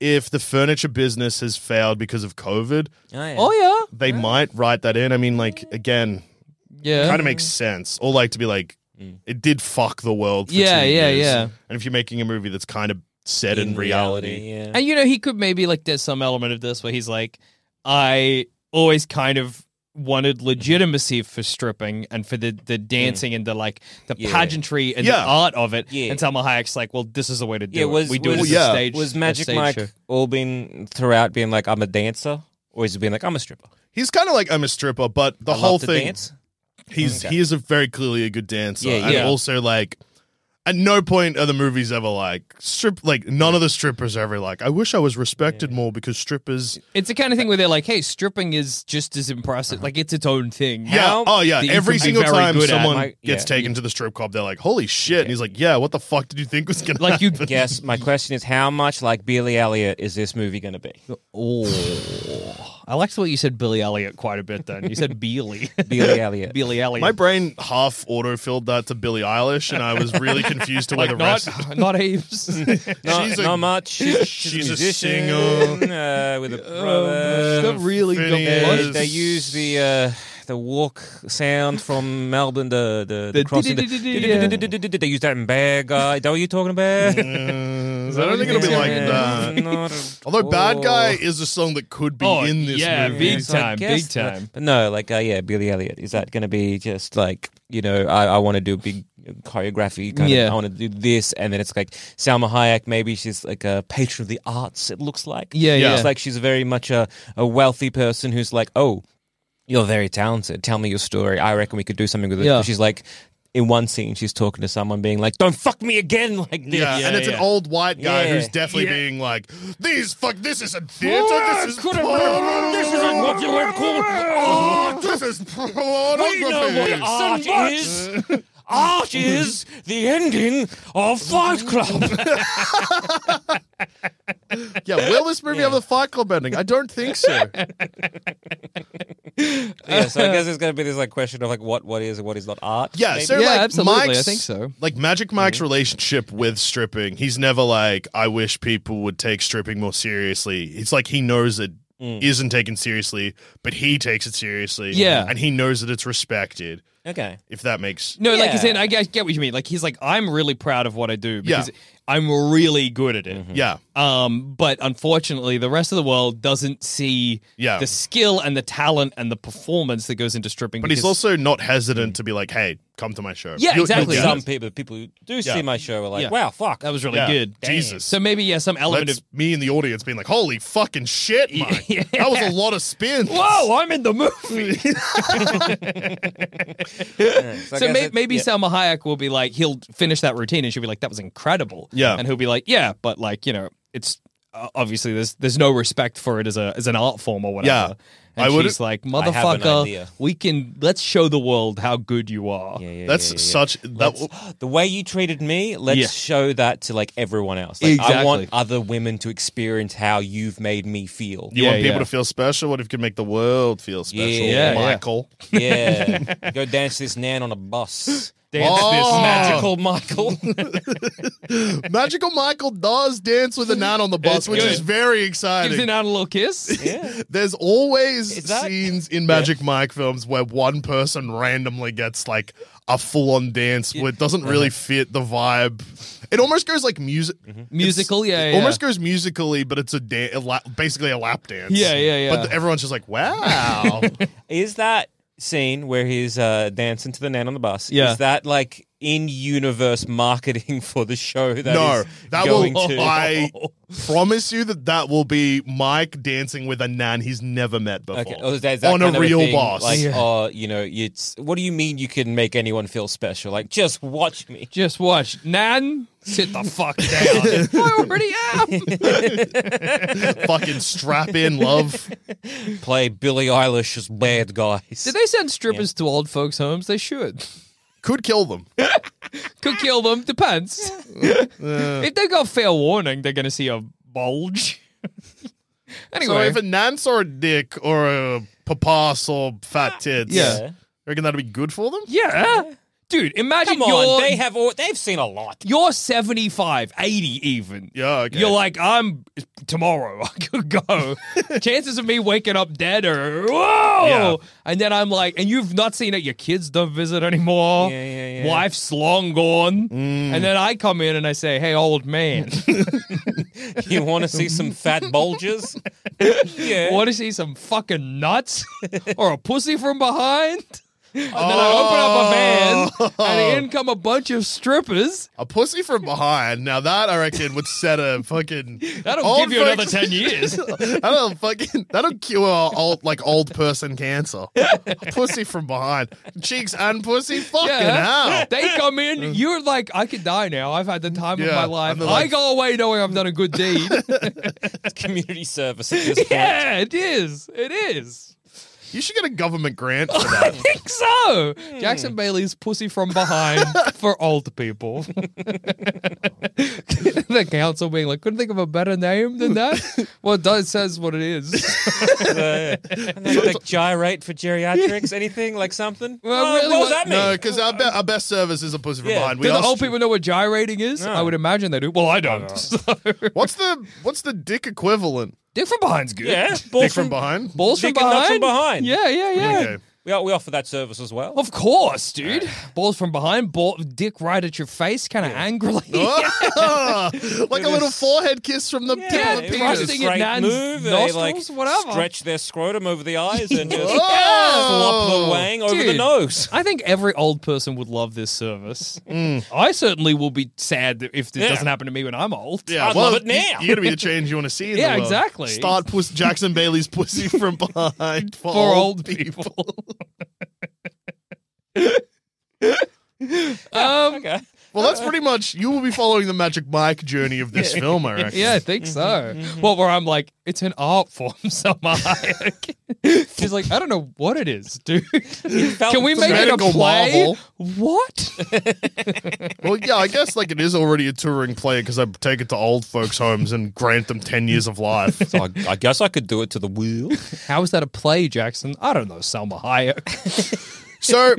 Speaker 4: if the furniture business has failed because of COVID.
Speaker 1: Oh, yeah.
Speaker 3: oh
Speaker 4: They might write that in. I mean, like again,
Speaker 3: yeah, yeah.
Speaker 4: kind of makes sense. Or like to be like, it did fuck the world. For
Speaker 3: Yeah,
Speaker 4: two
Speaker 3: yeah,
Speaker 4: years.
Speaker 3: yeah.
Speaker 4: And if you're making a movie that's kind of set in, reality,
Speaker 1: yeah.
Speaker 3: and you know, he could maybe like there's some element of this where he's like, I always kind of wanted legitimacy for stripping and for the the dancing and the like the
Speaker 1: Hmm. Yeah.
Speaker 3: pageantry and
Speaker 4: Yeah.
Speaker 3: the art of it.
Speaker 1: Yeah.
Speaker 3: And Selma Hayek's like, well, this is the way to do
Speaker 1: Yeah,
Speaker 3: it.
Speaker 1: was-
Speaker 3: we do it
Speaker 1: was-
Speaker 3: as
Speaker 4: yeah.
Speaker 3: a stage.
Speaker 1: Was
Speaker 3: a
Speaker 1: Magic
Speaker 3: stage
Speaker 1: Mike
Speaker 3: show.
Speaker 1: all been throughout being like I'm a dancer, or is it being like I'm a stripper?
Speaker 4: he's kind of like I'm a stripper, but the
Speaker 1: I
Speaker 4: whole
Speaker 1: love to
Speaker 4: thing,
Speaker 1: dance.
Speaker 4: he's
Speaker 1: Okay.
Speaker 4: he is a very clearly a good dancer,
Speaker 1: Yeah,
Speaker 4: and
Speaker 1: yeah.
Speaker 4: also like. At no point are the movies ever like strip like none of the strippers are ever like I wish I was respected more because strippers
Speaker 3: It's the kind of thing where they're like, hey, stripping is just as impressive. Like it's its own thing.
Speaker 4: Yeah.
Speaker 1: Uh-huh. How
Speaker 4: Oh, yeah.
Speaker 3: that you
Speaker 4: Every
Speaker 3: can be
Speaker 4: single
Speaker 3: very
Speaker 4: time
Speaker 3: good at,
Speaker 4: someone
Speaker 1: like-
Speaker 4: gets
Speaker 1: yeah.
Speaker 4: taken to the strip club, they're like, "Holy shit!" And he's like, "Yeah, what the fuck did you think was gonna
Speaker 3: Like you
Speaker 4: happen?"
Speaker 1: Yes, my question is how much like Billy Elliot is this movie going to be?
Speaker 3: Oh, I liked the way you said Billy Elliot quite a bit. Then you said Beely,
Speaker 1: Billy Elliot.
Speaker 3: Billy Elliot.
Speaker 4: My brain half autofilled that to Billie Eilish, and I was really confused to where the rest.
Speaker 3: not, not heaps.
Speaker 1: Not,
Speaker 4: She's a-
Speaker 1: not much. She's, she's a
Speaker 4: she's a Oh,
Speaker 1: musician uh, with a brother.
Speaker 3: Not really got
Speaker 4: Phineas.
Speaker 1: And
Speaker 3: much.
Speaker 1: they use the uh, the walk sound from Melbourne. The the, the,
Speaker 3: The
Speaker 1: crossing. The,
Speaker 3: yeah.
Speaker 1: they use that in Bad Guy. Is that what you're talking about?
Speaker 4: Uh, I don't think it'll be like that. Although
Speaker 1: Oh.
Speaker 4: "Bad Guy" is a song that could be
Speaker 3: Oh,
Speaker 4: in this
Speaker 3: yeah,
Speaker 4: movie.
Speaker 3: big time, big time.
Speaker 1: But no, like uh, yeah, Billy Elliot. Is that going to be just like you know? I, I want to do a big choreography. Kind
Speaker 3: Yeah.
Speaker 1: of, I want to do this, and then it's like Salma Hayek. Maybe she's like a patron of the arts. It looks like.
Speaker 3: Yeah,
Speaker 4: Yeah.
Speaker 3: yeah.
Speaker 1: It's like she's very much a, a wealthy person who's like, oh, you're very talented. Tell me your story. I reckon we could do something with it.
Speaker 3: Yeah.
Speaker 1: She's like, in one scene, she's talking to someone being like, don't fuck me again like this.
Speaker 4: Yeah, and it's an old white guy
Speaker 1: Yeah.
Speaker 4: who's definitely being like, "These fuck, this is a theater, this is porn,
Speaker 1: This isn't what you would call
Speaker 4: oh, this is pornography."
Speaker 1: We know what art is. Art is the ending of Fight Club.
Speaker 4: Yeah, will this movie have the Fight Club ending? I don't think so.
Speaker 1: yeah, so I guess it's going to be this like question of like what what is and what is not art.
Speaker 4: Yeah,
Speaker 1: maybe?
Speaker 4: so
Speaker 3: Yeah,
Speaker 4: like
Speaker 3: absolutely, I
Speaker 4: Mike's,
Speaker 3: think so.
Speaker 4: Like Magic Mike's relationship with stripping, he's never like, I wish people would take stripping more seriously. It's like he knows it
Speaker 1: Mm.
Speaker 4: not taken seriously, but he takes it seriously.
Speaker 3: Yeah.
Speaker 4: and he knows that it's respected.
Speaker 1: okay.
Speaker 4: If that makes
Speaker 3: no, like he's
Speaker 1: Yeah.
Speaker 3: in. I get, get what you mean. Like he's like, I'm really proud of what I do because I'm really good at it.
Speaker 1: Mm.
Speaker 4: yeah,
Speaker 3: Um, but unfortunately, the rest of the world doesn't see
Speaker 4: Yeah.
Speaker 3: the skill and the talent and the performance that goes into stripping.
Speaker 4: but he's
Speaker 3: because-
Speaker 4: also not hesitant to be like, hey, come to my show.
Speaker 3: Yeah, exactly.
Speaker 4: get it.
Speaker 1: Mm. Some people, people who do
Speaker 4: Yeah.
Speaker 1: see my show are like,
Speaker 3: Yeah.
Speaker 1: wow, fuck,
Speaker 3: that was really
Speaker 4: Yeah,
Speaker 3: good.
Speaker 4: Jesus.
Speaker 3: So maybe yeah, some element
Speaker 4: That's
Speaker 3: of
Speaker 4: me and the audience being like, holy fucking shit, Mike.
Speaker 3: Yeah.
Speaker 4: That was a lot of spins.
Speaker 3: whoa, I'm in the movie.
Speaker 1: I
Speaker 3: So
Speaker 1: guess
Speaker 3: may-
Speaker 1: it-
Speaker 3: maybe
Speaker 1: yeah.
Speaker 3: Selma Hayek will be like, he'll finish that routine, and she'll be like, "That was incredible."
Speaker 4: Yeah.
Speaker 3: and he'll be like, "Yeah, but like, you know, it's uh, obviously there's there's no respect for it as a as an art form or whatever."
Speaker 4: Yeah.
Speaker 3: and
Speaker 4: I would-
Speaker 3: she's like,
Speaker 1: I have an
Speaker 3: "Motherfucker,
Speaker 1: idea."
Speaker 3: we can let's show the world how good you are."
Speaker 1: Yeah, yeah,
Speaker 4: That's
Speaker 1: yeah, yeah.
Speaker 4: such that.
Speaker 1: the way you treated me. Let's
Speaker 3: Yeah.
Speaker 1: show that to like everyone else. Like, I
Speaker 3: Exactly.
Speaker 1: want other women to experience how you've made me feel.
Speaker 4: You
Speaker 3: Yeah,
Speaker 4: want people
Speaker 3: yeah.
Speaker 4: to feel special? What if you can make the world feel special,
Speaker 1: Yeah,
Speaker 3: yeah.
Speaker 4: Michael?
Speaker 1: Yeah, go dance this nan on a bus. Dance
Speaker 4: Oh.
Speaker 1: this magical Michael.
Speaker 4: Magical Michael does dance with a gnat on the
Speaker 3: It's
Speaker 4: bus, which
Speaker 3: good.
Speaker 4: is very
Speaker 3: Gives
Speaker 4: exciting.
Speaker 3: it out a little kiss.
Speaker 1: yeah.
Speaker 4: There's always
Speaker 1: Is that-
Speaker 4: scenes in Magic Mike films where one person randomly gets like a full on dance where it doesn't really
Speaker 3: Uh-huh.
Speaker 4: fit the vibe. It almost goes like music.
Speaker 3: Mm-hmm. Musical, yeah,
Speaker 4: It
Speaker 3: yeah.
Speaker 4: almost goes musically, but it's a, da- a lap, basically a lap dance.
Speaker 3: Yeah, yeah, yeah.
Speaker 4: But everyone's just like, wow.
Speaker 1: Is that scene where he's uh, dancing to the nan on the bus?
Speaker 3: Yeah.
Speaker 1: Is that like in universe marketing for the show? That
Speaker 4: no,
Speaker 1: is
Speaker 4: that
Speaker 1: going
Speaker 4: will.
Speaker 1: To...
Speaker 4: I promise you that that will be Mike dancing with a nan he's never met before
Speaker 1: Okay. Oh, is that, is that
Speaker 4: on
Speaker 1: kind
Speaker 4: a
Speaker 1: of
Speaker 4: real
Speaker 1: thing?
Speaker 4: boss.
Speaker 1: Like, oh, you know, it's what do you mean you can make anyone feel special? Like, just watch me.
Speaker 3: Just watch. Nan, sit the fuck down. I already am.
Speaker 4: Fucking strap in, love.
Speaker 1: Play Billie Eilish as bad guys.
Speaker 3: Did they send strippers to old folks' homes? They should.
Speaker 4: Could kill them.
Speaker 3: Could kill them. Depends. if they got fair warning, they're going to see a bulge.
Speaker 4: So
Speaker 3: anyway,
Speaker 4: if a nan saw a dick or a papa saw fat tits,
Speaker 3: Yeah.
Speaker 4: you reckon that'd be good for them?
Speaker 3: yeah. Dude, imagine
Speaker 1: Come on,
Speaker 3: you're,
Speaker 1: they have all, they've seen a lot.
Speaker 3: you're 75, 80 even.
Speaker 4: Yeah, okay.
Speaker 3: You're like, I'm tomorrow. I could go. Chances of me waking up dead are whoa.
Speaker 4: Yeah.
Speaker 3: And then I'm like, and you've not seen it. Your kids don't visit anymore.
Speaker 1: Yeah, yeah, yeah.
Speaker 3: Wife's long gone.
Speaker 4: Mm.
Speaker 3: And then I come in and I say, Hey, old man,
Speaker 1: You want to see some fat bulges? yeah.
Speaker 3: want to see some fucking nuts or a pussy from behind? And then I open up a van,
Speaker 4: Oh.
Speaker 3: and in come a bunch of strippers.
Speaker 4: A pussy from behind. Now that I reckon would set a fucking.
Speaker 3: That'll
Speaker 4: old
Speaker 3: give you another
Speaker 4: folks-
Speaker 3: ten years.
Speaker 4: That'll fucking that'll cure old like old person cancer. pussy from behind, cheeks and pussy. Fucking hell.
Speaker 3: They come in, you're like, I could die now. I've had the time of
Speaker 4: Yeah,
Speaker 3: my life.
Speaker 4: and they're
Speaker 3: I
Speaker 4: like-
Speaker 3: go away knowing I've done a good deed.
Speaker 1: Community service at this point.
Speaker 3: yeah, it is. It is.
Speaker 4: You should get a government grant for
Speaker 3: I
Speaker 4: that.
Speaker 3: think so.
Speaker 4: Hmm.
Speaker 3: Jackson Bailey's pussy from behind for old people. the council being like, couldn't think of a better name than that. Well, it does says what it is.
Speaker 1: Uh, and then, like gyrate for geriatrics, anything like something.
Speaker 3: Well,
Speaker 1: Well,
Speaker 3: really
Speaker 1: what does
Speaker 3: what-
Speaker 1: that mean?
Speaker 4: no, because our, be- our best service is a pussy from
Speaker 1: Yeah.
Speaker 4: behind. We
Speaker 3: Do the
Speaker 4: are
Speaker 3: old
Speaker 4: str-
Speaker 3: people know what gyrating is? I would imagine they do. Well, I don't. So.
Speaker 4: What's the what's the dick equivalent?
Speaker 3: Dick from behind's good.
Speaker 1: yeah, balls
Speaker 4: Dick from behind.
Speaker 3: Balls from
Speaker 1: Dick and nuts
Speaker 3: behind?
Speaker 1: from behind.
Speaker 3: Yeah, yeah, yeah.
Speaker 4: Okay.
Speaker 1: We, we offer that service as well.
Speaker 3: Of course, dude. Balls from behind, ball, dick right at your face, kind of angrily.
Speaker 1: Oh.
Speaker 4: like a little forehead kiss from the tip
Speaker 1: Yeah,
Speaker 4: of the
Speaker 1: it was
Speaker 4: penis.
Speaker 1: a
Speaker 3: Thrusting it
Speaker 1: great
Speaker 3: down
Speaker 1: move. they like
Speaker 3: nostrils, whatever.
Speaker 1: stretch their scrotum over the eyes and just flop
Speaker 4: Oh.
Speaker 1: the wang over the
Speaker 3: Dude.
Speaker 1: nose.
Speaker 3: I think every old person would love this service. I certainly will be sad if this
Speaker 1: Mm. Yeah.
Speaker 3: doesn't happen to me when I'm old.
Speaker 4: Yeah,
Speaker 1: I'd love it now.
Speaker 4: You, are gonna be the change you want to see. In the
Speaker 3: Yeah,
Speaker 4: world.
Speaker 3: exactly.
Speaker 4: Start puss- Jackson Bailey's pussy from behind for,
Speaker 3: For
Speaker 4: old
Speaker 3: old
Speaker 4: people.
Speaker 3: Um,
Speaker 1: Okay.
Speaker 4: Well, that's pretty much. You will be following the Magic Mike journey of this film, I reckon.
Speaker 3: Yeah, I think so. Well, where I'm like, it's an art form, Selma Hayek. She's like, I don't know what it is, dude.
Speaker 1: felt
Speaker 3: Can we make it a
Speaker 4: medical
Speaker 3: play?
Speaker 4: marvel.
Speaker 3: What?
Speaker 4: Well, yeah, I guess like it is already a touring play because I take it to old folks' homes and grant them ten years of life.
Speaker 1: So I, I guess I could do it to the wheel.
Speaker 3: How is that a play, Jackson? I don't know, Selma Hayek.
Speaker 4: So,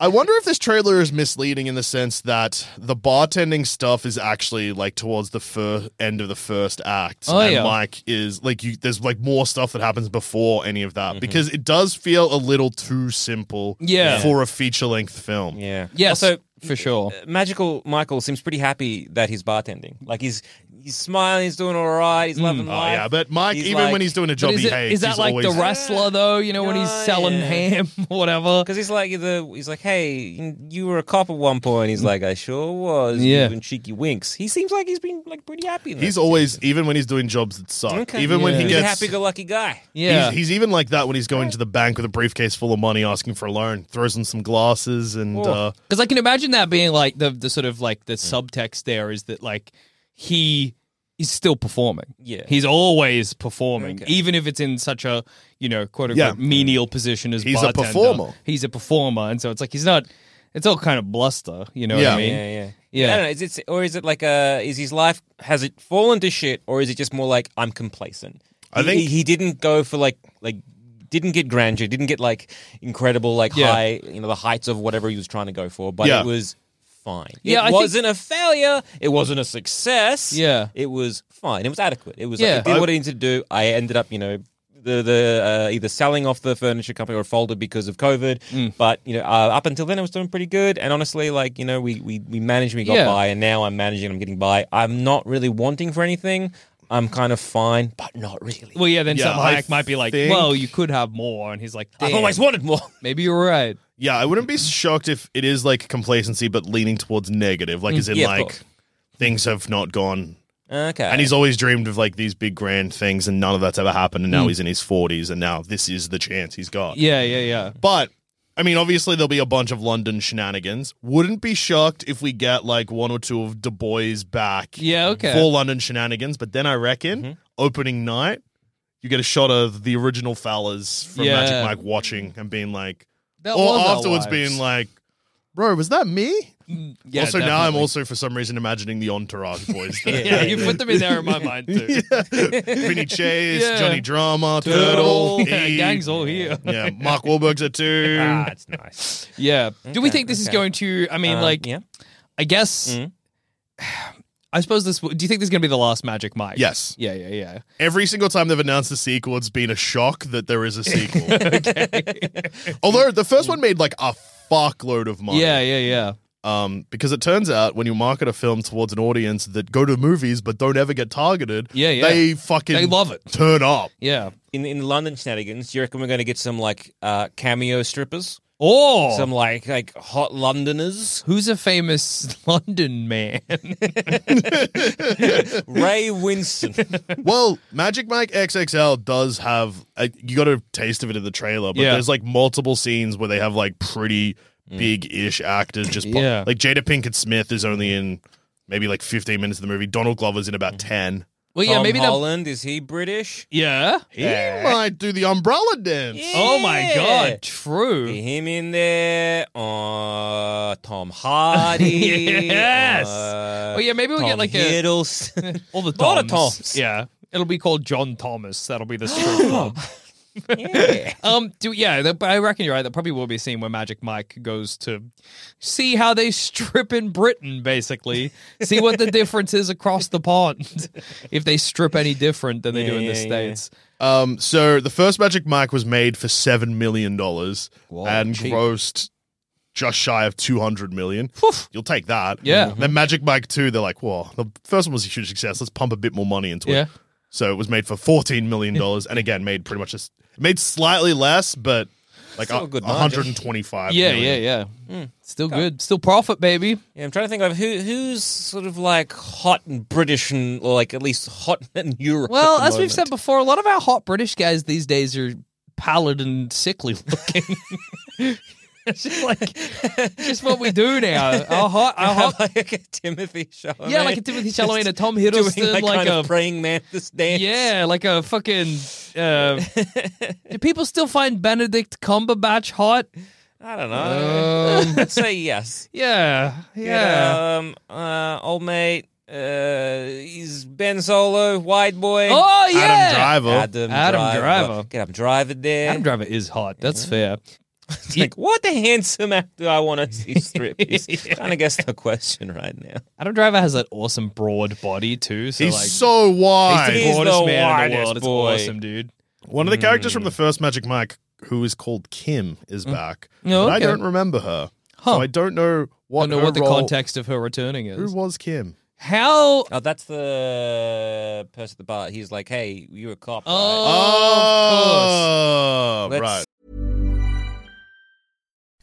Speaker 4: I wonder if this trailer is misleading in the sense that the bartending stuff is actually like towards the fir- end of the first act,
Speaker 3: Oh,
Speaker 4: and
Speaker 3: yeah.
Speaker 4: Mike is like you. There's like more stuff that happens before any of that because it does feel a little too simple,
Speaker 3: Mm-hmm. Yeah.
Speaker 4: for a feature length film.
Speaker 1: Yeah.
Speaker 3: Yes,
Speaker 1: Also,
Speaker 3: for sure.
Speaker 1: magical Michael seems pretty happy that he's bartending. Like he's he's smiling, he's doing all right, he's loving
Speaker 4: Oh
Speaker 1: life.
Speaker 4: yeah, but Mike,
Speaker 1: He's
Speaker 4: even
Speaker 1: like-
Speaker 4: when he's doing a
Speaker 3: But
Speaker 4: job,
Speaker 3: is,
Speaker 4: he
Speaker 3: it,
Speaker 4: hates.
Speaker 3: is that
Speaker 4: he's
Speaker 3: like
Speaker 4: always,
Speaker 3: the wrestler though? You know when he's
Speaker 1: Oh,
Speaker 3: selling
Speaker 1: yeah.
Speaker 3: ham, or whatever.
Speaker 1: Because he's like the he's like, hey, you were a cop at one point.
Speaker 4: Hmm.
Speaker 1: He's like, I sure was.
Speaker 3: Yeah.
Speaker 1: giving cheeky winks. He seems like he's been like pretty happy. In that.
Speaker 4: He's always even when he's doing jobs that suck.
Speaker 1: Okay.
Speaker 4: Even when
Speaker 3: Yeah.
Speaker 4: he
Speaker 1: he's a
Speaker 4: gets
Speaker 1: happy-go-lucky guy.
Speaker 3: Yeah,
Speaker 4: He's, he's even like that when he's going to the bank with a briefcase full of money asking for a loan. Throws in some glasses and uh,
Speaker 3: because I can imagine that being like the the sort of like the subtext there is that like he is still performing.
Speaker 1: Yeah.
Speaker 3: he's always performing,
Speaker 1: Okay.
Speaker 3: even if it's in such a you know quote unquote
Speaker 4: Yeah.
Speaker 3: menial position as
Speaker 4: He's a
Speaker 3: bartender.
Speaker 4: performer.
Speaker 3: He's a performer, and so it's like he's not. It's all kind of bluster, you know
Speaker 4: Yeah.
Speaker 3: what I mean?
Speaker 1: Yeah, yeah,
Speaker 3: Yeah.
Speaker 1: I don't know. Is it or is it like a is his life has it fallen to shit or is it just more like I'm complacent?
Speaker 4: I
Speaker 1: He-
Speaker 4: think-
Speaker 1: he, didn't go for like like didn't get grandeur, didn't get like incredible, like
Speaker 3: Yeah.
Speaker 1: high, you know, the heights of whatever he was trying to go for, but
Speaker 4: Yeah.
Speaker 1: it was fine.
Speaker 3: Yeah, I
Speaker 1: it
Speaker 3: think-
Speaker 1: wasn't a failure. It wasn't a success.
Speaker 3: Yeah.
Speaker 1: it was fine. It was adequate. It was
Speaker 3: Yeah.
Speaker 1: like, it did
Speaker 4: I-
Speaker 1: what it needed to do. I ended up, you know. The, the uh, either selling off the furniture company or folded because of COVID,
Speaker 3: Mm.
Speaker 1: but you know uh, up until then I was doing pretty good. And honestly, like you know we we, we managed, we got
Speaker 3: Yeah.
Speaker 1: by, and now I'm managing, I'm getting by. I'm not really wanting for anything. I'm kind of fine, but not really.
Speaker 3: Well, yeah, then
Speaker 4: Yeah,
Speaker 3: Selma
Speaker 4: I
Speaker 3: Hayek might be like,
Speaker 4: think-
Speaker 3: well, you could have more. And he's like,
Speaker 1: I've
Speaker 3: "Damn,
Speaker 1: always wanted more.
Speaker 3: maybe you're right.
Speaker 4: Yeah, I wouldn't be shocked if it is like complacency, but leaning towards negative.
Speaker 3: Mm,
Speaker 4: Like, as in,
Speaker 1: yeah, of
Speaker 4: like,
Speaker 1: course.
Speaker 4: things have not gone.
Speaker 1: Okay.
Speaker 4: And he's always dreamed of like these big grand things, and none of that's ever happened. And now he's in his 40s, and now this is the chance he's got.
Speaker 3: Mm. Yeah, yeah, yeah.
Speaker 4: But, I mean, obviously, there'll be a bunch of London shenanigans. Wouldn't be shocked if we get like one or two of Du Bois back
Speaker 3: Yeah, okay. Mm-hmm.
Speaker 4: for London shenanigans. But then I reckon opening night, you get a shot of the original fellas from
Speaker 3: Yeah.
Speaker 4: Magic Mike watching and being like,
Speaker 3: That
Speaker 4: or
Speaker 3: was our
Speaker 4: afterwards
Speaker 3: wives.
Speaker 4: being like, "Bro, was that me?"
Speaker 3: yeah,
Speaker 4: also, now I'm
Speaker 3: definitely.
Speaker 4: also for some reason imagining the entourage boys. there.
Speaker 3: Yeah, you put them in there in my mind too.
Speaker 4: Vinny Chase,
Speaker 3: Yeah.
Speaker 4: Johnny Drama, Turtle,
Speaker 3: Turtle,
Speaker 4: Eve.
Speaker 3: gang's all here.
Speaker 4: Yeah, Mark Wahlberg's there too.
Speaker 1: ah, it's nice.
Speaker 3: Yeah. Do we
Speaker 1: Okay,
Speaker 3: think this is
Speaker 1: okay.
Speaker 3: going to? I mean,
Speaker 1: Um,
Speaker 3: like,
Speaker 1: yeah.
Speaker 3: I guess.
Speaker 1: Mhm.
Speaker 3: I suppose this. Do you think this is going to be the last Magic Mike?
Speaker 4: Yes.
Speaker 3: Yeah, yeah, yeah.
Speaker 4: Every single time they've announced a sequel, it's been a shock that there is a sequel. Although the first one made like a fuckload of money.
Speaker 3: Yeah, yeah, yeah.
Speaker 4: Um, because it turns out when you market a film towards an audience that go to movies but don't ever get targeted,
Speaker 3: Yeah, yeah.
Speaker 4: they fucking
Speaker 3: They love it.
Speaker 4: Turn up.
Speaker 3: Yeah.
Speaker 1: In in London shenanigans, do you reckon we're going to get some like uh, cameo strippers,
Speaker 3: Oh,
Speaker 1: some like like hot Londoners?
Speaker 3: who's a famous London man?
Speaker 1: Ray Winston.
Speaker 4: Well, Magic Mike XXL does have uh, you got a taste of it in the trailer, but
Speaker 3: Yeah. Mm.
Speaker 4: there's like multiple scenes where they have like pretty big ish actors just pop-
Speaker 3: Yeah.
Speaker 4: like Jada Pinkett Smith is only in maybe like 15 minutes of the movie. Donald Glover's in
Speaker 3: Mm.
Speaker 4: about 10.
Speaker 3: well, yeah,
Speaker 1: Tom
Speaker 3: maybe that.
Speaker 1: Holland is he British?
Speaker 3: Yeah.
Speaker 4: He might do the umbrella dance.
Speaker 3: Oh my
Speaker 1: Yeah.
Speaker 3: God! True.
Speaker 1: Get him in there. Uh, Tom Hardy.
Speaker 3: Yes.
Speaker 1: Uh,
Speaker 3: Oh, yeah, maybe we'll
Speaker 1: Tom
Speaker 3: get, like, a-
Speaker 1: Hiddleston.
Speaker 3: All the
Speaker 1: All the
Speaker 3: Toms.
Speaker 1: Toms.
Speaker 3: Yeah. It'll be called John Thomas. That'll be the strip club.
Speaker 1: yeah.
Speaker 3: Um, do yeah, that, but I reckon you're right. There probably will be a scene where Magic Mike goes to see how they strip in Britain, basically. see what the difference is across the pond. if they strip any different than they
Speaker 1: Yeah,
Speaker 3: do in the
Speaker 1: yeah, yeah.
Speaker 3: States.
Speaker 4: Um, so the first Magic Mike was made for seven million dollars
Speaker 3: Whoa,
Speaker 4: and
Speaker 3: cheap.
Speaker 4: grossed just shy of two hundred million. You'll take that. Mm-hmm.
Speaker 3: Yeah.
Speaker 4: Then Magic Mike two, they're like, whoa, the first one was a huge success. Let's pump a bit more money into
Speaker 3: Yeah.
Speaker 4: it. So it was made for fourteen million dollars, and again made pretty much just made slightly less, but like
Speaker 1: Still
Speaker 4: a,
Speaker 1: a good margin.
Speaker 4: 125
Speaker 3: Yeah,
Speaker 4: million.
Speaker 3: yeah, yeah. Still good. Still profit, baby.
Speaker 1: Yeah, I'm trying to think of who who's sort of like hot and British and or like at least hot in Europe.
Speaker 3: Well,
Speaker 1: at the
Speaker 3: as we've
Speaker 1: moment.
Speaker 3: said before, a lot of our hot British guys these days are pallid and sickly looking. it's just like just what we do now. Our hot, our hot
Speaker 1: have like a Timothy Chalamet.
Speaker 3: Yeah, like a Timothy Chalamet and a Tom
Speaker 1: Just
Speaker 3: Hiddleston,
Speaker 1: doing that
Speaker 3: like
Speaker 1: kind of
Speaker 3: a-
Speaker 1: praying mantis dance.
Speaker 3: Yeah, like a fucking. Uh, do people still find Benedict Cumberbatch hot?
Speaker 1: I don't know. I'd say yes.
Speaker 3: Yeah, Um, yeah.
Speaker 1: Yeah. Um, uh, old mate, uh, he's Ben Solo, wide boy.
Speaker 3: Oh yeah.
Speaker 4: Adam Driver.
Speaker 1: Adam,
Speaker 3: Adam
Speaker 1: Driver.
Speaker 3: Driver.
Speaker 1: Get up, Driver there.
Speaker 3: Adam Driver is hot. That's fair.
Speaker 1: It's like, what the handsome actor I want to see strip is kind of guess the question right now.
Speaker 3: Adam Driver has that awesome broad body too. So
Speaker 4: He's
Speaker 3: like,
Speaker 4: so wide.
Speaker 3: he's Mm. the
Speaker 1: He's
Speaker 3: broadest
Speaker 1: the
Speaker 3: man in the
Speaker 1: widest
Speaker 3: world. It's
Speaker 1: boy.
Speaker 3: awesome, dude.
Speaker 4: One of the characters from the first Magic Mike, who is called Kim, is back.
Speaker 3: Oh,
Speaker 4: but I
Speaker 3: okay.
Speaker 4: don't remember her.
Speaker 3: Huh.
Speaker 4: So I don't know
Speaker 3: I
Speaker 4: what,
Speaker 3: don't know
Speaker 4: her
Speaker 3: what the
Speaker 4: role-
Speaker 3: context of her returning
Speaker 4: Who
Speaker 3: is.
Speaker 4: was Kim?
Speaker 3: How?
Speaker 1: Oh, that's the person at the bar. He's like, hey, you're a cop.
Speaker 3: Oh,
Speaker 1: right?
Speaker 4: Oh,
Speaker 1: of course.
Speaker 4: right.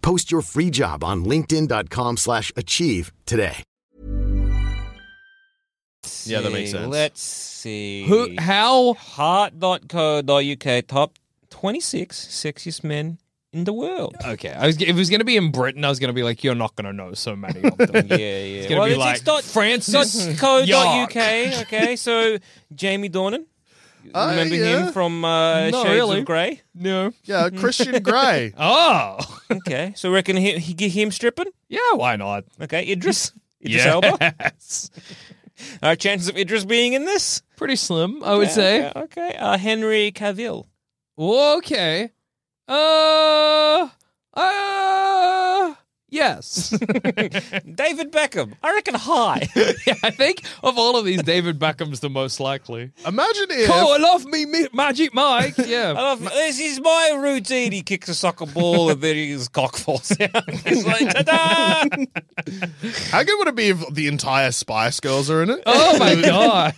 Speaker 5: Post your free job on linkedin.com/achieve slash achieve today.
Speaker 1: Let's
Speaker 4: Yeah, that makes
Speaker 1: see.
Speaker 4: sense.
Speaker 1: Let's see.
Speaker 3: who? How?
Speaker 1: Heart.co.uk top 26 sexiest men in the world.
Speaker 3: Okay, I was. If it was gonna be in Britain, I was gonna be like, you're not gonna know so many of them.
Speaker 1: Yeah, yeah.
Speaker 3: gonna be like, Francis
Speaker 1: dot
Speaker 3: Yark.
Speaker 1: UK. Okay, so Jamie Dornan.
Speaker 4: Uh,
Speaker 1: Remember
Speaker 4: yeah.
Speaker 1: him from uh,
Speaker 3: Oh, Not
Speaker 1: Shades
Speaker 3: really.
Speaker 1: of Grey?
Speaker 3: No.
Speaker 4: Yeah, Christian Grey.
Speaker 3: Oh,
Speaker 1: Okay, so reckon he, he get him stripping?
Speaker 3: yeah. Why not?
Speaker 1: Okay, Idris. Idris Elba.
Speaker 3: Yes.
Speaker 1: Our chances of Idris being in this?
Speaker 3: Pretty slim, I would say.
Speaker 1: Yeah, okay, uh, Henry Cavill.
Speaker 3: Okay. Uh. Uh. Yes.
Speaker 1: David Beckham. I reckon high.
Speaker 3: yeah, I think of all of these, David Beckham's the most likely.
Speaker 4: Imagine if
Speaker 3: Oh, I love me, Mi- Magic Mike.
Speaker 1: I
Speaker 3: Yeah.
Speaker 1: love this is my routine. He kicks a soccer ball and then his cock falls out. It's like ta-da!
Speaker 4: how good would it be if the entire Spice Girls are in it?
Speaker 3: Oh my god.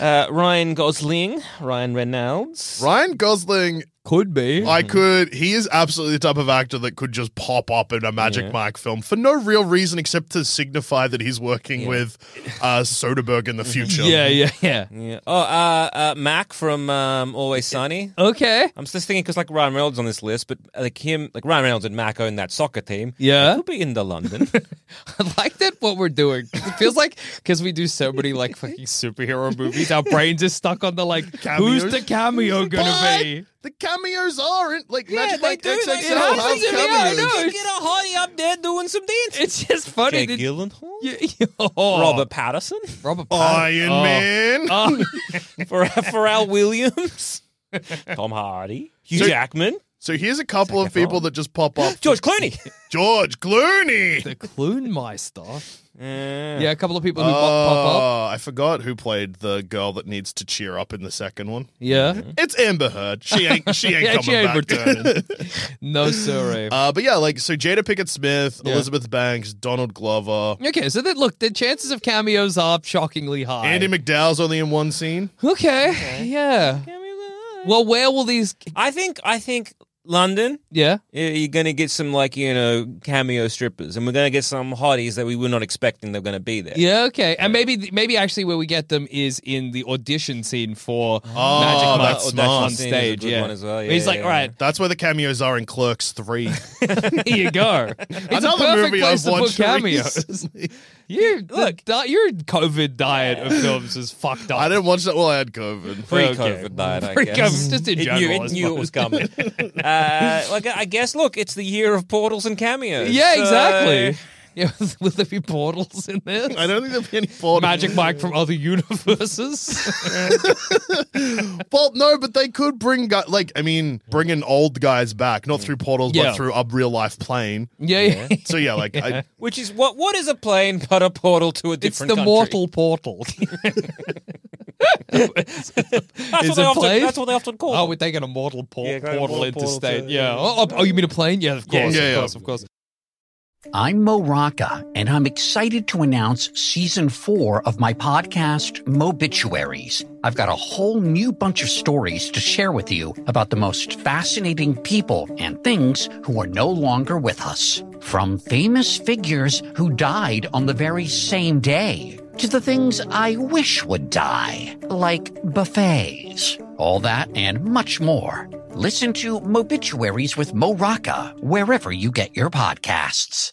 Speaker 1: Uh, Ryan Gosling, Ryan Reynolds.
Speaker 4: Ryan Gosling,
Speaker 3: Could be.
Speaker 4: I could. He is absolutely the type of actor that could just pop up in a Magic Mike film for no real reason except to signify that he's working with uh, Soderbergh in the future.
Speaker 3: Yeah, yeah, yeah.
Speaker 1: Yeah. Oh, uh, uh, Mac from um, Always Sunny.
Speaker 3: Okay.
Speaker 1: I'm just thinking because like Ryan Reynolds on this list, but uh, like him, like Ryan Reynolds and Mac own that soccer team.
Speaker 3: Yeah.
Speaker 1: he'll be in the London.
Speaker 3: I like that what we're doing. It feels like because we do so many like fucking superhero movies, our brains are stuck on the like, who's
Speaker 4: Cameos?
Speaker 3: the cameo gonna
Speaker 4: But
Speaker 3: be?
Speaker 4: the cameos aren't like
Speaker 1: Yeah,
Speaker 4: Magic
Speaker 1: they
Speaker 4: Mike
Speaker 1: do, they
Speaker 4: XXL
Speaker 1: do.
Speaker 4: have
Speaker 3: It happens in the-
Speaker 4: cameos.
Speaker 3: I know.
Speaker 1: You get a hottie up there doing some dancing.
Speaker 3: It's just funny.
Speaker 1: Jake
Speaker 3: that-
Speaker 1: Gyllenhaal,
Speaker 3: Yeah, yeah. Oh,
Speaker 1: Robert Patterson,
Speaker 3: Robert
Speaker 4: Iron
Speaker 3: Oh.
Speaker 4: Man.
Speaker 3: Oh.
Speaker 1: Pharrell, Pharrell uh, Williams, Tom Hardy, Hugh
Speaker 4: So-
Speaker 1: Jackman,
Speaker 4: So here's a couple
Speaker 1: Zac
Speaker 4: of people
Speaker 1: Efron.
Speaker 4: that just pop up.
Speaker 1: George Clooney.
Speaker 4: George Clooney.
Speaker 3: the Kloonmeister.
Speaker 1: Yeah.
Speaker 3: Yeah, a couple of people who pop, pop up.
Speaker 4: Oh, I forgot who played the girl that needs to cheer up in the second one.
Speaker 3: Yeah.
Speaker 4: It's Amber Heard. She ain't. She ain't
Speaker 3: Yeah,
Speaker 4: coming
Speaker 3: she ain't
Speaker 4: back.
Speaker 3: returning. No, eh. sorry.
Speaker 4: Uh, but yeah, like so, Jada Pickett Smith,
Speaker 3: Yeah.
Speaker 4: Elizabeth Banks, Donald Glover,
Speaker 3: okay, so that look, the chances of cameos are shockingly high.
Speaker 4: Andy McDowell's only in one scene.
Speaker 3: okay, yeah. Well, where will these?
Speaker 1: I think I think London.
Speaker 3: Yeah,
Speaker 1: Yeah, You're going to get some, like, you know, cameo strippers, and we're going to get some hotties that we were not expecting they're going to be there.
Speaker 3: yeah, okay, and maybe maybe actually where we get them is in the audition scene for Magic
Speaker 4: Oh,
Speaker 3: Mike
Speaker 4: that's
Speaker 3: on
Speaker 4: smart.
Speaker 1: Scene
Speaker 3: on
Speaker 1: is a
Speaker 3: stage.
Speaker 1: good
Speaker 3: Yeah,
Speaker 1: one as well,
Speaker 3: he's
Speaker 1: yeah,
Speaker 3: like,
Speaker 1: yeah,
Speaker 3: all right,
Speaker 4: That's where the cameos are in Clerks Three.
Speaker 3: here you go. It's a
Speaker 4: Another
Speaker 3: perfect
Speaker 4: movie
Speaker 3: place
Speaker 4: I've
Speaker 3: to put
Speaker 4: watched
Speaker 3: cameos.
Speaker 4: recently.
Speaker 3: You
Speaker 1: Look.
Speaker 3: look, di- your COVID diet of films is fucked up.
Speaker 4: I didn't watch that while I had COVID.
Speaker 1: Pre-COVID
Speaker 3: Okay.
Speaker 1: diet, I
Speaker 3: Pre-COVID,
Speaker 1: guess.
Speaker 3: just in
Speaker 1: it
Speaker 3: general,
Speaker 1: knew,
Speaker 3: I
Speaker 1: it, knew it was coming.
Speaker 3: suppose.
Speaker 1: uh, like, I guess, look, it's the year of portals and cameos.
Speaker 3: Yeah,
Speaker 1: so-
Speaker 3: exactly. Yeah, will there be portals in this?
Speaker 4: I don't think there'll be any fault.
Speaker 3: Magic Mike from other universes.
Speaker 4: Well, no, but they could bring gu- like I mean, bringing old guys back, not through portals,
Speaker 3: Yeah.
Speaker 4: but through a real life plane.
Speaker 3: yeah, yeah.
Speaker 4: So yeah, like I,
Speaker 1: Which is what? What is a plane but a portal to a different
Speaker 3: It's the
Speaker 1: country?
Speaker 3: mortal portal.
Speaker 1: That's
Speaker 3: is
Speaker 1: what they
Speaker 3: a
Speaker 1: often.
Speaker 3: plane?
Speaker 1: That's what they often call.
Speaker 3: oh,
Speaker 1: it.
Speaker 3: we're taking a mortal por-
Speaker 1: Yeah, going
Speaker 3: portal
Speaker 1: mortal
Speaker 3: into
Speaker 1: portal
Speaker 3: state.
Speaker 1: to-
Speaker 3: yeah. Oh, oh, you mean a plane? Yeah, of course,
Speaker 4: Yeah,
Speaker 3: of
Speaker 4: yeah.
Speaker 3: course, of course.
Speaker 6: I'm Mo Rocca, and I'm excited to announce season four of my podcast, Mobituaries. I've got a whole new bunch of stories to share with you about the most fascinating people and things who are no longer with us. From famous figures who died on the very same day to the things I wish would die, like buffets. All that and much more. Listen to Mobituaries with Mo Rocca wherever you get your podcasts.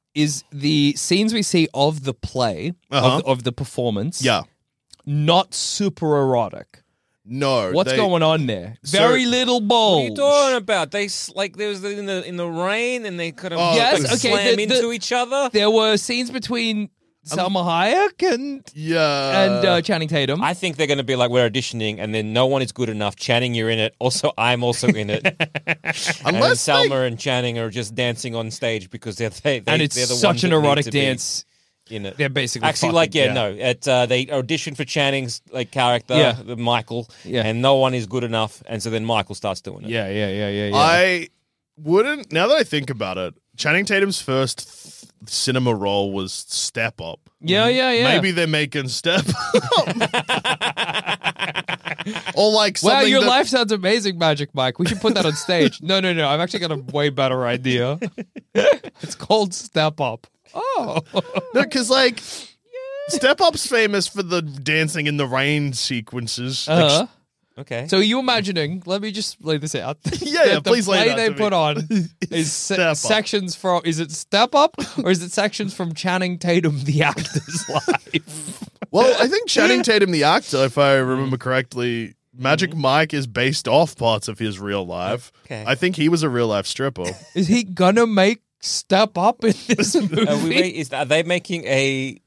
Speaker 3: is the scenes we see of the play
Speaker 4: Uh-huh.
Speaker 3: of, of the performance.
Speaker 4: yeah,
Speaker 3: not super erotic.
Speaker 4: no.
Speaker 3: What's
Speaker 4: they-
Speaker 3: going on there?
Speaker 4: So-
Speaker 3: Very little
Speaker 1: What are
Speaker 3: bulge.
Speaker 1: you talking about? They s- like there was the, in the in the rain and they kind of
Speaker 4: Oh,
Speaker 1: yes,
Speaker 4: yes,
Speaker 1: like,
Speaker 4: okay,
Speaker 1: slam
Speaker 3: the- the-
Speaker 1: into each other.
Speaker 3: There were scenes between Salma Hayek and
Speaker 4: Yeah,
Speaker 3: and uh, Channing Tatum.
Speaker 1: I think they're going to be like we're auditioning, and then no one is good enough. Channing, you're in it. Also, I'm also in it. and then
Speaker 4: Unless they-
Speaker 1: Salma and Channing are just dancing on stage because they're they, they
Speaker 3: and it's
Speaker 1: they're the
Speaker 3: such
Speaker 1: ones
Speaker 3: an
Speaker 1: that need
Speaker 3: erotic
Speaker 1: to be.
Speaker 3: dance.
Speaker 1: in it.
Speaker 3: They're basically
Speaker 1: actually
Speaker 3: fucking-
Speaker 1: like yeah,
Speaker 3: yeah.
Speaker 1: no. It, uh, they auditioned for Channing's like character,
Speaker 3: Yeah.
Speaker 1: the Michael,
Speaker 3: Yeah.
Speaker 1: and no one is good enough, and so then Michael starts doing it.
Speaker 3: Yeah, yeah, yeah, yeah, yeah.
Speaker 4: I wouldn't. Now that I think about it, Channing Tatum's first th- cinema role was Step Up.
Speaker 3: yeah, yeah, yeah.
Speaker 4: Maybe they're making Step Up. or like something
Speaker 3: Wow, your
Speaker 4: that-
Speaker 3: life sounds amazing, Magic Mike. We should put that on stage. no, no, no. I've actually got a way better idea. it's called Step Up. Oh,
Speaker 4: No, because like Step Up's famous for the dancing in the rain sequences. Like,
Speaker 3: uh-huh.
Speaker 1: Okay.
Speaker 3: so are you imagining? Let me just lay this out.
Speaker 4: Yeah, yeah,
Speaker 3: the
Speaker 4: please lay
Speaker 3: play
Speaker 4: it out
Speaker 3: they
Speaker 4: to me.
Speaker 3: put on is se-
Speaker 4: Step Up.
Speaker 3: sections from. Is it Step Up or is it sections from Channing Tatum, the actor's life?
Speaker 4: Well, I think Channing Tatum, the actor, if I
Speaker 3: Mm-hmm.
Speaker 4: remember correctly, Magic Mike is based off parts of his real life.
Speaker 1: Okay.
Speaker 4: I think he was a real life stripper.
Speaker 3: Is he gonna make Step Up in this movie?
Speaker 1: are, Uh, we, ma- is, are they making a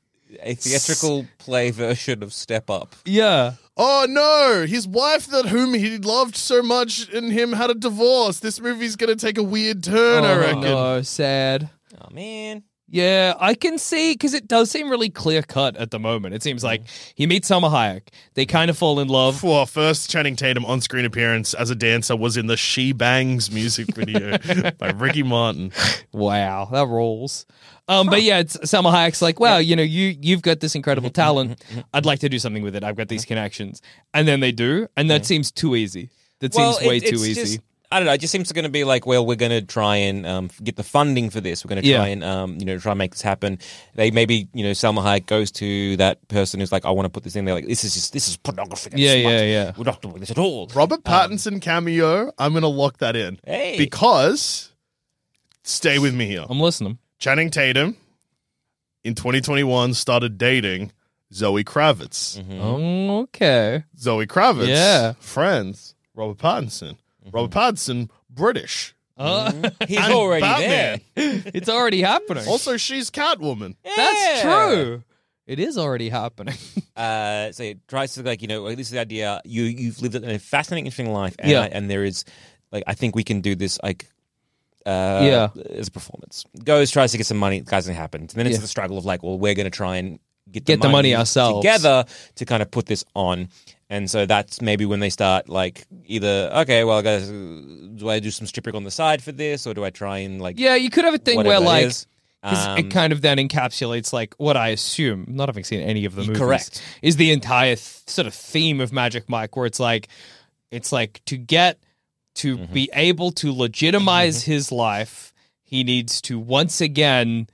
Speaker 1: a theatrical play version of Step Up?
Speaker 3: yeah.
Speaker 4: oh no, his wife that whom he loved so much in him had a divorce. This movie's gonna take a weird turn, I
Speaker 3: Oh,
Speaker 4: reckon.
Speaker 3: No, sad.
Speaker 1: Oh man.
Speaker 3: Yeah, I can see because it does seem really clear cut at the moment. It seems like
Speaker 4: Mm.
Speaker 3: he meets Summer Hayek. They kind of fall in love.
Speaker 4: For our first Channing Tatum on screen appearance as a dancer was in the She Bangs music video by Ricky Martin.
Speaker 3: Wow, that rules. Um, but yeah, it's, Summer Hayek's like, well, you know, you you've got this incredible talent. I'd like to do something with it. I've got these connections, and then they do, and that seems too easy. That seems
Speaker 1: Mm-hmm. it-
Speaker 3: way
Speaker 1: it's
Speaker 3: too easy.
Speaker 1: just- I don't know. It just seems going to be like, well, we're going to try and um, get the funding for this. We're going to try
Speaker 3: Yeah.
Speaker 1: and um, you know try and make this happen. They maybe you know Salma Hayek goes to that person who's like, I want to put this in. They're like, this is just this is pornography. That's
Speaker 3: Yeah,
Speaker 1: smut.
Speaker 3: yeah, yeah.
Speaker 1: We're not doing this at all.
Speaker 4: Robert Pattinson cameo, I'm going to lock that in.
Speaker 1: Hey.
Speaker 4: Because, stay with me here.
Speaker 3: I'm listening.
Speaker 4: Channing Tatum in 2021 started dating Zoe Kravitz.
Speaker 1: Mm-hmm.
Speaker 3: Oh, okay.
Speaker 4: Zoe Kravitz,
Speaker 3: Yeah.
Speaker 4: friends, Robert Pattinson. Robert Pattinson, British.
Speaker 3: Uh,
Speaker 1: Mm-hmm. He's
Speaker 4: And
Speaker 1: already
Speaker 4: Batman.
Speaker 3: it's already happening.
Speaker 4: Also, she's Catwoman.
Speaker 1: there.
Speaker 3: That's
Speaker 1: Yeah.
Speaker 3: true. It is already happening.
Speaker 1: uh, so it tries to like you know like, this is the idea you you've lived a fascinating interesting life and,
Speaker 3: Yeah.
Speaker 1: I- and there is like I think we can do this like uh,
Speaker 3: Yeah.
Speaker 1: as a performance goes tries to get some money it doesn't happen and then it's
Speaker 3: Yeah.
Speaker 1: the struggle of like well we're gonna try and get
Speaker 3: Get the money ourselves.
Speaker 1: together to kind of put this on and so that's maybe when they start like either okay well guys do I do some stripping on the side for this or do I try and like
Speaker 3: yeah, you could have a thing
Speaker 1: whatever
Speaker 3: where
Speaker 1: it
Speaker 3: like.
Speaker 1: is.
Speaker 3: Because
Speaker 1: Um,
Speaker 3: it kind of then encapsulates like what I assume, not having seen any of the
Speaker 1: Y-
Speaker 3: movies,
Speaker 1: correct.
Speaker 3: is the entire th- sort of theme of Magic Mike, where it's like, it's like to get to be able to legitimize his life, he needs to once again,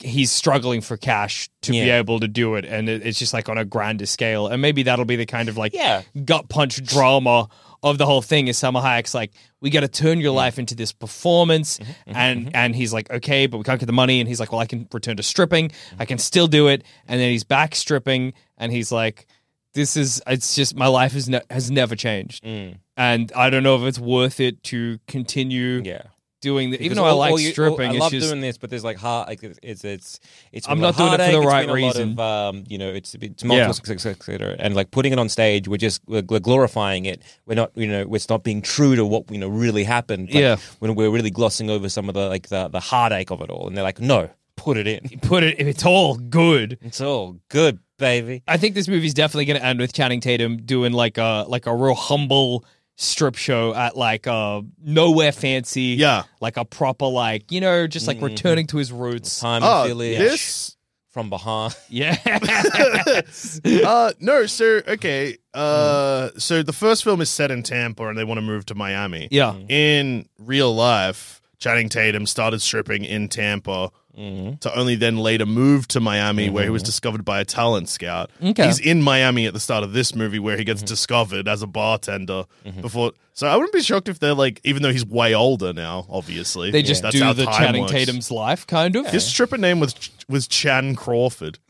Speaker 3: he's struggling for cash to be
Speaker 1: Yeah.
Speaker 3: able to do it, and it, it's just like on a grander scale, and maybe that'll be the kind of like
Speaker 1: Yeah.
Speaker 3: gut punch drama of the whole thing is Summer Hayek's like, we got to turn your life into this performance,
Speaker 1: Mm-hmm,
Speaker 3: and and he's like, okay, but we can't get the money, and he's like, well, I can return to stripping, I can still do it, and then he's back stripping, and he's like, this is, it's just my life has ne- has never changed,
Speaker 1: Mm,
Speaker 3: and I don't know if it's worth it to continue
Speaker 1: yeah
Speaker 3: doing the, even
Speaker 1: Because
Speaker 3: though I
Speaker 1: all-
Speaker 3: like
Speaker 1: all you- all- I
Speaker 3: stripping, it's
Speaker 1: love
Speaker 3: just
Speaker 1: doing this, but there's like heart. Like it's it's it's. it's
Speaker 3: I'm
Speaker 1: been a lot
Speaker 3: not doing it for
Speaker 1: of heartache,
Speaker 3: the right
Speaker 1: it's been
Speaker 3: reason.
Speaker 1: A lot of, um, you know, it's it's multiple success, etc. And like putting it on stage, we're just we're, we're glorifying it. We're not, you know, we're not being true to what you know really happened. Like,
Speaker 3: Yeah.
Speaker 1: when we're really glossing over some of the like the the heartache of it all, and they're like, no, put it in.
Speaker 3: put it, it's all good.
Speaker 1: It's all good, baby.
Speaker 3: I think this movie's definitely going to end with Channing Tatum doing like a like a real humble strip show at like a nowhere fancy,
Speaker 4: Yeah. Mm-hmm.
Speaker 3: like a proper like you know just like returning to his roots.
Speaker 1: Time
Speaker 4: Oh,
Speaker 1: to feel it
Speaker 4: this.
Speaker 1: from behind.
Speaker 3: Yeah,
Speaker 4: uh, no, so, okay. Uh,
Speaker 1: Mm.
Speaker 4: so, the first film is set in Tampa and they want to move to Miami.
Speaker 3: yeah.
Speaker 4: Mm-hmm. in real life, Channing Tatum started stripping in Tampa
Speaker 3: Mm-hmm.
Speaker 4: to only then later move to Miami, where he was discovered by a talent scout.
Speaker 3: Okay. Mm-hmm.
Speaker 4: He's in Miami at the start of this movie, where he gets discovered as a bartender before. So I wouldn't be shocked if they're like, even though he's way older now, obviously,
Speaker 3: They just
Speaker 4: that's
Speaker 3: do
Speaker 4: how
Speaker 3: the
Speaker 4: time
Speaker 3: Channing
Speaker 4: works.
Speaker 3: Tatum's life, kind of.
Speaker 4: His stripper name was was Chan Crawford.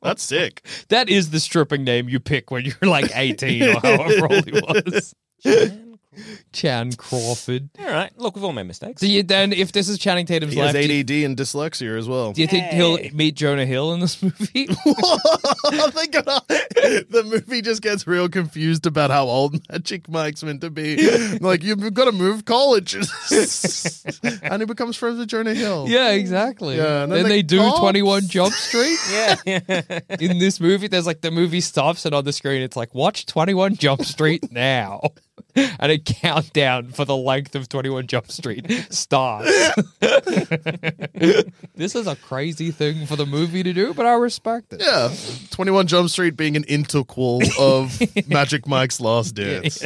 Speaker 4: that's sick.
Speaker 3: That is the stripping name you pick when you're like 18 or however old he was. Chan Crawford.
Speaker 1: All right. Look, we've all made mistakes.
Speaker 3: Do you then if this is Channing Tatum's
Speaker 4: He
Speaker 3: life?
Speaker 4: has
Speaker 3: Do you,
Speaker 4: ADD and dyslexia as well.
Speaker 3: do you think he'll meet Jonah Hill in this movie?
Speaker 4: I think the movie just gets real confused about how old Magic Mike's meant to be. Like, you've got to move college. and he becomes friends with Jonah Hill.
Speaker 3: yeah, exactly.
Speaker 4: Yeah,
Speaker 3: then,
Speaker 4: and then
Speaker 3: they,
Speaker 4: they
Speaker 3: do
Speaker 4: cops.
Speaker 3: Twenty One Jump Street.
Speaker 1: yeah.
Speaker 3: in this movie, there's like the movie stops and on the screen it's like watch 21 Jump Street now. And a countdown for the length of 21 Jump Street starts. this is a crazy thing for the movie to do, but I respect it.
Speaker 4: Yeah. 21 Jump Street being an interquel of Magic Mike's Last Dance.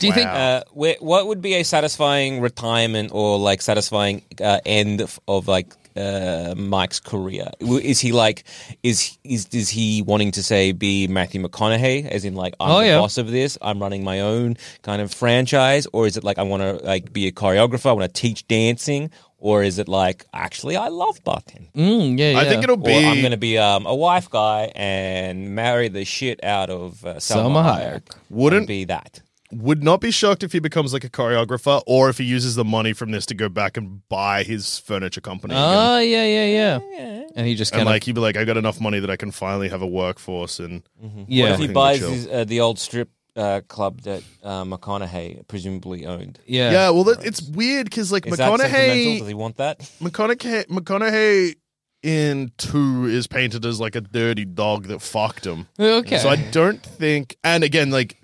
Speaker 3: Do you think
Speaker 1: Uh, wh- what would be a satisfying retirement or like satisfying uh, end of, of like uh, Mike's career? W- Is he like is is is he wanting to say be Matthew McConaughey as in like I'm
Speaker 3: Oh,
Speaker 1: the
Speaker 3: yeah.
Speaker 1: boss of this, I'm running my own kind of franchise, or is it like I want to like be a choreographer, I want to teach dancing, or is it like actually I love bartending?
Speaker 3: Mm, yeah,
Speaker 4: I
Speaker 3: yeah.
Speaker 4: think it'll
Speaker 1: Or
Speaker 4: be.
Speaker 1: I'm going to be um, a wife guy and marry the shit out of uh, Selma,
Speaker 3: Selma Hayek.
Speaker 1: Hayek.
Speaker 4: Wouldn't-
Speaker 1: be that.
Speaker 4: Would not be shocked if he becomes like a choreographer or if he uses the money from this to go back and buy his furniture company. again.
Speaker 3: Oh, yeah, yeah, yeah. And he just
Speaker 4: And
Speaker 3: kind
Speaker 4: like, he'd be like, I got enough money that I can finally have a workforce. And
Speaker 3: of
Speaker 1: What
Speaker 3: yeah,
Speaker 1: if he
Speaker 4: Everything
Speaker 1: buys
Speaker 4: would chill.
Speaker 1: his, uh, the old strip uh, club that uh, McConaughey presumably owned?
Speaker 3: yeah.
Speaker 4: yeah, well, that, it's weird because like
Speaker 1: Is that sentimental? Does
Speaker 4: McConaughey,
Speaker 1: he want that?
Speaker 4: McConaughey, McConaughey in two is painted as like a dirty dog that fucked him.
Speaker 3: Okay.
Speaker 4: So I don't think, and again, like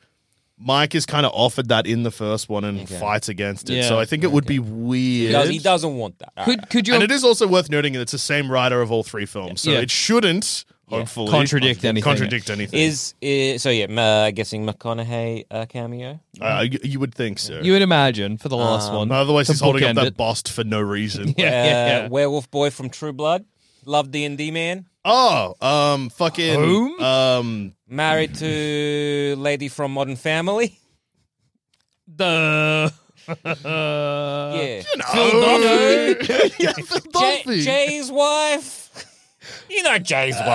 Speaker 4: Mike is kind of offered that in the first one and fights against it.
Speaker 3: Yeah.
Speaker 4: So I think it would be
Speaker 1: He,
Speaker 4: weird.
Speaker 1: does, he doesn't want that. All right.
Speaker 3: could could you
Speaker 4: And it is also worth noting that it's the same writer of all three films, so
Speaker 3: Yeah.
Speaker 4: it shouldn't hopefully
Speaker 3: Contradict anything.
Speaker 4: Contradict anything.
Speaker 1: Is, is so? Yeah, m- uh, guessing McConaughey uh, cameo.
Speaker 4: uh, you, you would think so.
Speaker 3: you would imagine for the last
Speaker 1: Um,
Speaker 3: one.
Speaker 4: Otherwise,
Speaker 3: to
Speaker 4: he's holding up
Speaker 3: bookend
Speaker 4: that
Speaker 3: it.
Speaker 4: bust for no reason.
Speaker 3: Yeah, yeah,
Speaker 1: Uh,
Speaker 3: yeah.
Speaker 1: werewolf boy from True Blood. Love D and D man.
Speaker 4: Oh, um, fucking,
Speaker 3: Whom?
Speaker 4: um,
Speaker 1: Married to lady from Modern Family.
Speaker 3: Duh.
Speaker 4: Uh,
Speaker 1: yeah,
Speaker 4: oh, yeah, Phil
Speaker 1: Jay-
Speaker 4: Dunphy.
Speaker 1: Jay's wife. you know Jay's wife.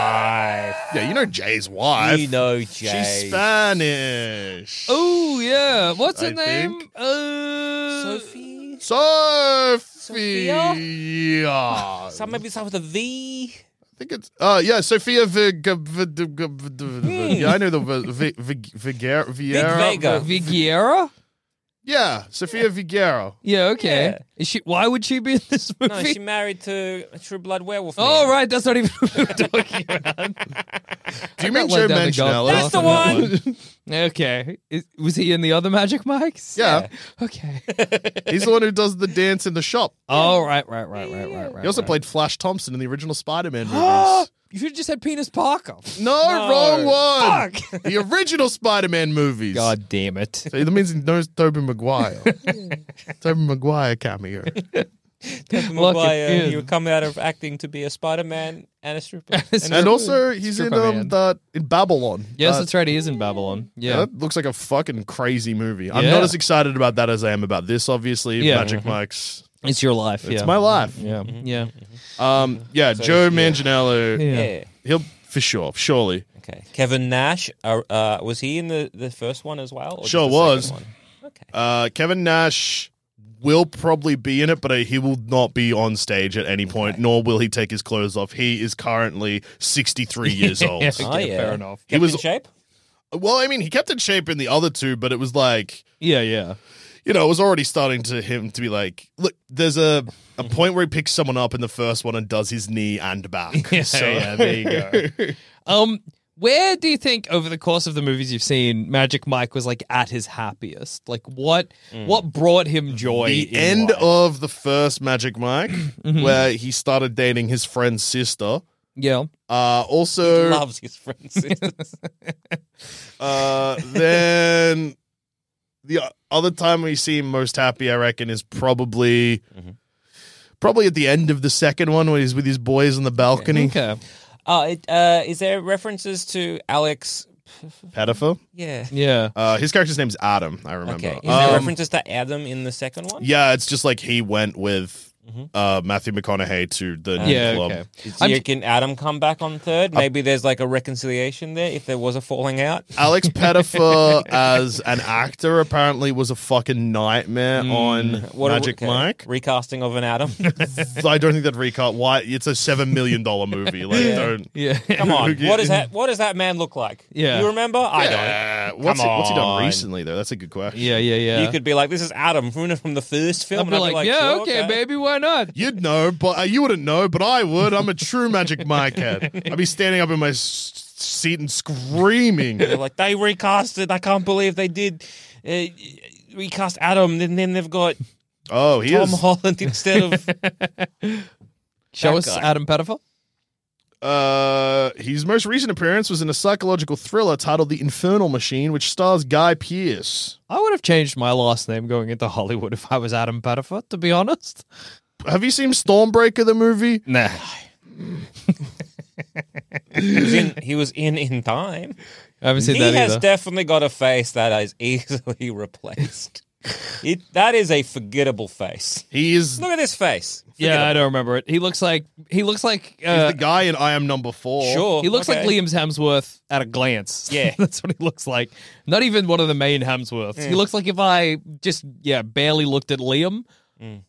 Speaker 4: Uh, yeah, you know Jay's wife.
Speaker 1: You know
Speaker 4: She's
Speaker 1: Jay.
Speaker 4: Spanish.
Speaker 3: Oh yeah, what's her
Speaker 4: I
Speaker 3: name?
Speaker 4: think.
Speaker 3: Uh,
Speaker 1: Sophie.
Speaker 4: Sophia. I
Speaker 1: Some maybe start with a V.
Speaker 4: think it's uh yeah, Sophia Vig. Vig- Vig- Vig- Yeah, I know the Vig- Vig- Vigera.
Speaker 1: Hmm. Vega.
Speaker 4: Vieira.
Speaker 3: Viguera?
Speaker 4: Yeah, Sophia Vigero.
Speaker 3: Yeah, okay.
Speaker 1: Yeah.
Speaker 3: Is she? Why would she be in this movie?
Speaker 1: No, she married to a True Blood werewolf.
Speaker 3: oh
Speaker 1: man.
Speaker 3: right, that's not even what we're talking about.
Speaker 4: Do you mean
Speaker 3: got laid
Speaker 4: Joe
Speaker 3: down the
Speaker 4: Manganiello?
Speaker 3: gauntlet
Speaker 1: That's the one.
Speaker 3: Okay, Is, was he in the other Magic Mics?
Speaker 4: Yeah.
Speaker 3: Okay.
Speaker 4: He's the one who does the dance in the shop.
Speaker 3: All right, right, right, right, right, right.
Speaker 4: He also
Speaker 3: right. Ah!
Speaker 4: played Flash Thompson in the original Spider-Man movies.
Speaker 3: You should have just had Penis Parker.
Speaker 4: No, wrong one.
Speaker 3: Fuck.
Speaker 4: The original Spider-Man movies.
Speaker 3: God damn it!
Speaker 4: So that means he knows Tobey Maguire. Tobey Maguire cameo.
Speaker 1: Tobey
Speaker 3: Look, it
Speaker 1: Maguire,
Speaker 3: is.
Speaker 1: you uh, come out of acting to be a Spider-Man and a stripper.
Speaker 3: It's
Speaker 4: And
Speaker 3: true.
Speaker 4: also, he's in
Speaker 3: Superman.
Speaker 4: um, that in Babylon.
Speaker 3: yes,
Speaker 4: That-
Speaker 3: that's right. He is in Babylon. Yeah.
Speaker 4: That looks like a fucking crazy movie. I'm
Speaker 3: Yeah.
Speaker 4: not as excited about that as I am about this, obviously.
Speaker 3: Yeah.
Speaker 4: Magic Mike's.
Speaker 3: it's your life.
Speaker 4: It's
Speaker 3: yeah.
Speaker 4: my life.
Speaker 3: Yeah,
Speaker 1: Mm-hmm.
Speaker 3: yeah.
Speaker 4: Um, yeah, Joe Manganiello.
Speaker 3: Yeah.
Speaker 1: yeah.
Speaker 4: He'll, for sure, surely.
Speaker 1: Okay. Kevin Nash. Uh, uh, was he in the, the first one as well? or just
Speaker 4: Sure
Speaker 1: the second
Speaker 4: was.
Speaker 1: one? Okay.
Speaker 4: Uh, Kevin Nash will probably be in it, but uh, he will not be on stage at any point, nor will he take his clothes off. He is currently 63 years old.
Speaker 1: Oh, yeah.
Speaker 3: fair enough.
Speaker 1: Kept
Speaker 4: He was-
Speaker 1: in shape.
Speaker 4: Well, I mean, he kept in shape in the other two, but it was like.
Speaker 3: Yeah, yeah.
Speaker 4: you know, it was already starting to him to be like, look, there's a, a point where he picks someone up in the first one and does his knee and back. so
Speaker 3: there you go. um, where do you think over the course of the movies you've seen, Magic Mike was like at his happiest? Like what what brought him joy?
Speaker 4: the
Speaker 3: in Mm-hmm.
Speaker 4: end
Speaker 3: life?
Speaker 4: of the first Magic Mike, where he started dating his friend's sister.
Speaker 3: yeah.
Speaker 4: Uh, also,
Speaker 1: Loves his friends.
Speaker 4: uh, then the o- other time we see him most happy, I reckon, is probably.
Speaker 1: Mm-hmm.
Speaker 4: Probably at the end of the second one, when he's with his boys on the balcony.
Speaker 3: Okay.
Speaker 1: uh, it, uh, is there references to Alex?
Speaker 4: Pettifer.
Speaker 1: Yeah.
Speaker 3: Yeah.
Speaker 4: Uh, his character's name's Adam. I remember.
Speaker 1: Okay. Is there
Speaker 4: Um,
Speaker 1: references to Adam in the second one?
Speaker 4: Yeah, it's just like he went with
Speaker 1: Mm-hmm.
Speaker 4: uh, Matthew McConaughey to
Speaker 1: Uh,
Speaker 4: the new
Speaker 3: Yeah,
Speaker 4: club.
Speaker 3: okay.
Speaker 1: Do you, can Adam come back on third?
Speaker 4: Uh,
Speaker 1: Maybe there's like a reconciliation there if there was a falling out.
Speaker 4: Alex Pettifer as an actor apparently was a fucking nightmare on
Speaker 1: Mm, What a-
Speaker 4: Magic
Speaker 1: okay.
Speaker 4: Mike.
Speaker 1: Recasting of an Adam.
Speaker 4: I don't think that recast. Why? It's a seven million dollar movie. Like, don't.
Speaker 3: Yeah.
Speaker 1: Come on. What is that what does that man look like?
Speaker 3: Yeah.
Speaker 1: You remember? I don't.
Speaker 4: Uh, what's,
Speaker 1: Come
Speaker 4: he, what's he done
Speaker 1: on.
Speaker 4: recently though? That's a good question.
Speaker 3: Yeah, yeah, yeah.
Speaker 1: You could be like, this is Adam from, from the first film.
Speaker 3: I'd be
Speaker 1: and
Speaker 3: like, yeah,
Speaker 1: sure,
Speaker 3: okay, baby, why not?
Speaker 4: You'd know, but uh, you wouldn't know, but I would. I'm a true Magic Mike head. I'd be standing up in my s- seat and screaming.
Speaker 1: They're like, they recast it. I can't believe they did uh, recast Adam. And then they've got
Speaker 4: Oh, he
Speaker 1: Tom
Speaker 4: is.
Speaker 1: Holland instead of.
Speaker 3: Show
Speaker 1: That
Speaker 3: us
Speaker 1: guy.
Speaker 3: Adam Pettifer.
Speaker 4: Uh, his most recent appearance was in a psychological thriller titled The Infernal Machine, which stars Guy Pearce.
Speaker 3: I would have changed my last name going into Hollywood if I was Adam Pettifer, to be honest.
Speaker 4: Have you seen Stormbreaker, the movie?
Speaker 3: Nah.
Speaker 1: he, was in, he was in in time.
Speaker 3: I haven't seen
Speaker 1: He
Speaker 3: that
Speaker 1: has
Speaker 3: either.
Speaker 1: definitely got a face that is easily replaced. It, that is a forgettable face.
Speaker 4: He is
Speaker 1: Look at this face.
Speaker 3: yeah, I don't remember it. He looks like he looks like
Speaker 4: he's
Speaker 3: uh,
Speaker 4: the guy in I Am Number Four.
Speaker 1: Sure.
Speaker 3: he looks like
Speaker 1: okay.
Speaker 3: Liam Hemsworth at a glance.
Speaker 1: Yeah. Mm.
Speaker 3: that's what he looks like. Not even one of the main Hemsworths. He looks like if I just yeah barely looked at Liam.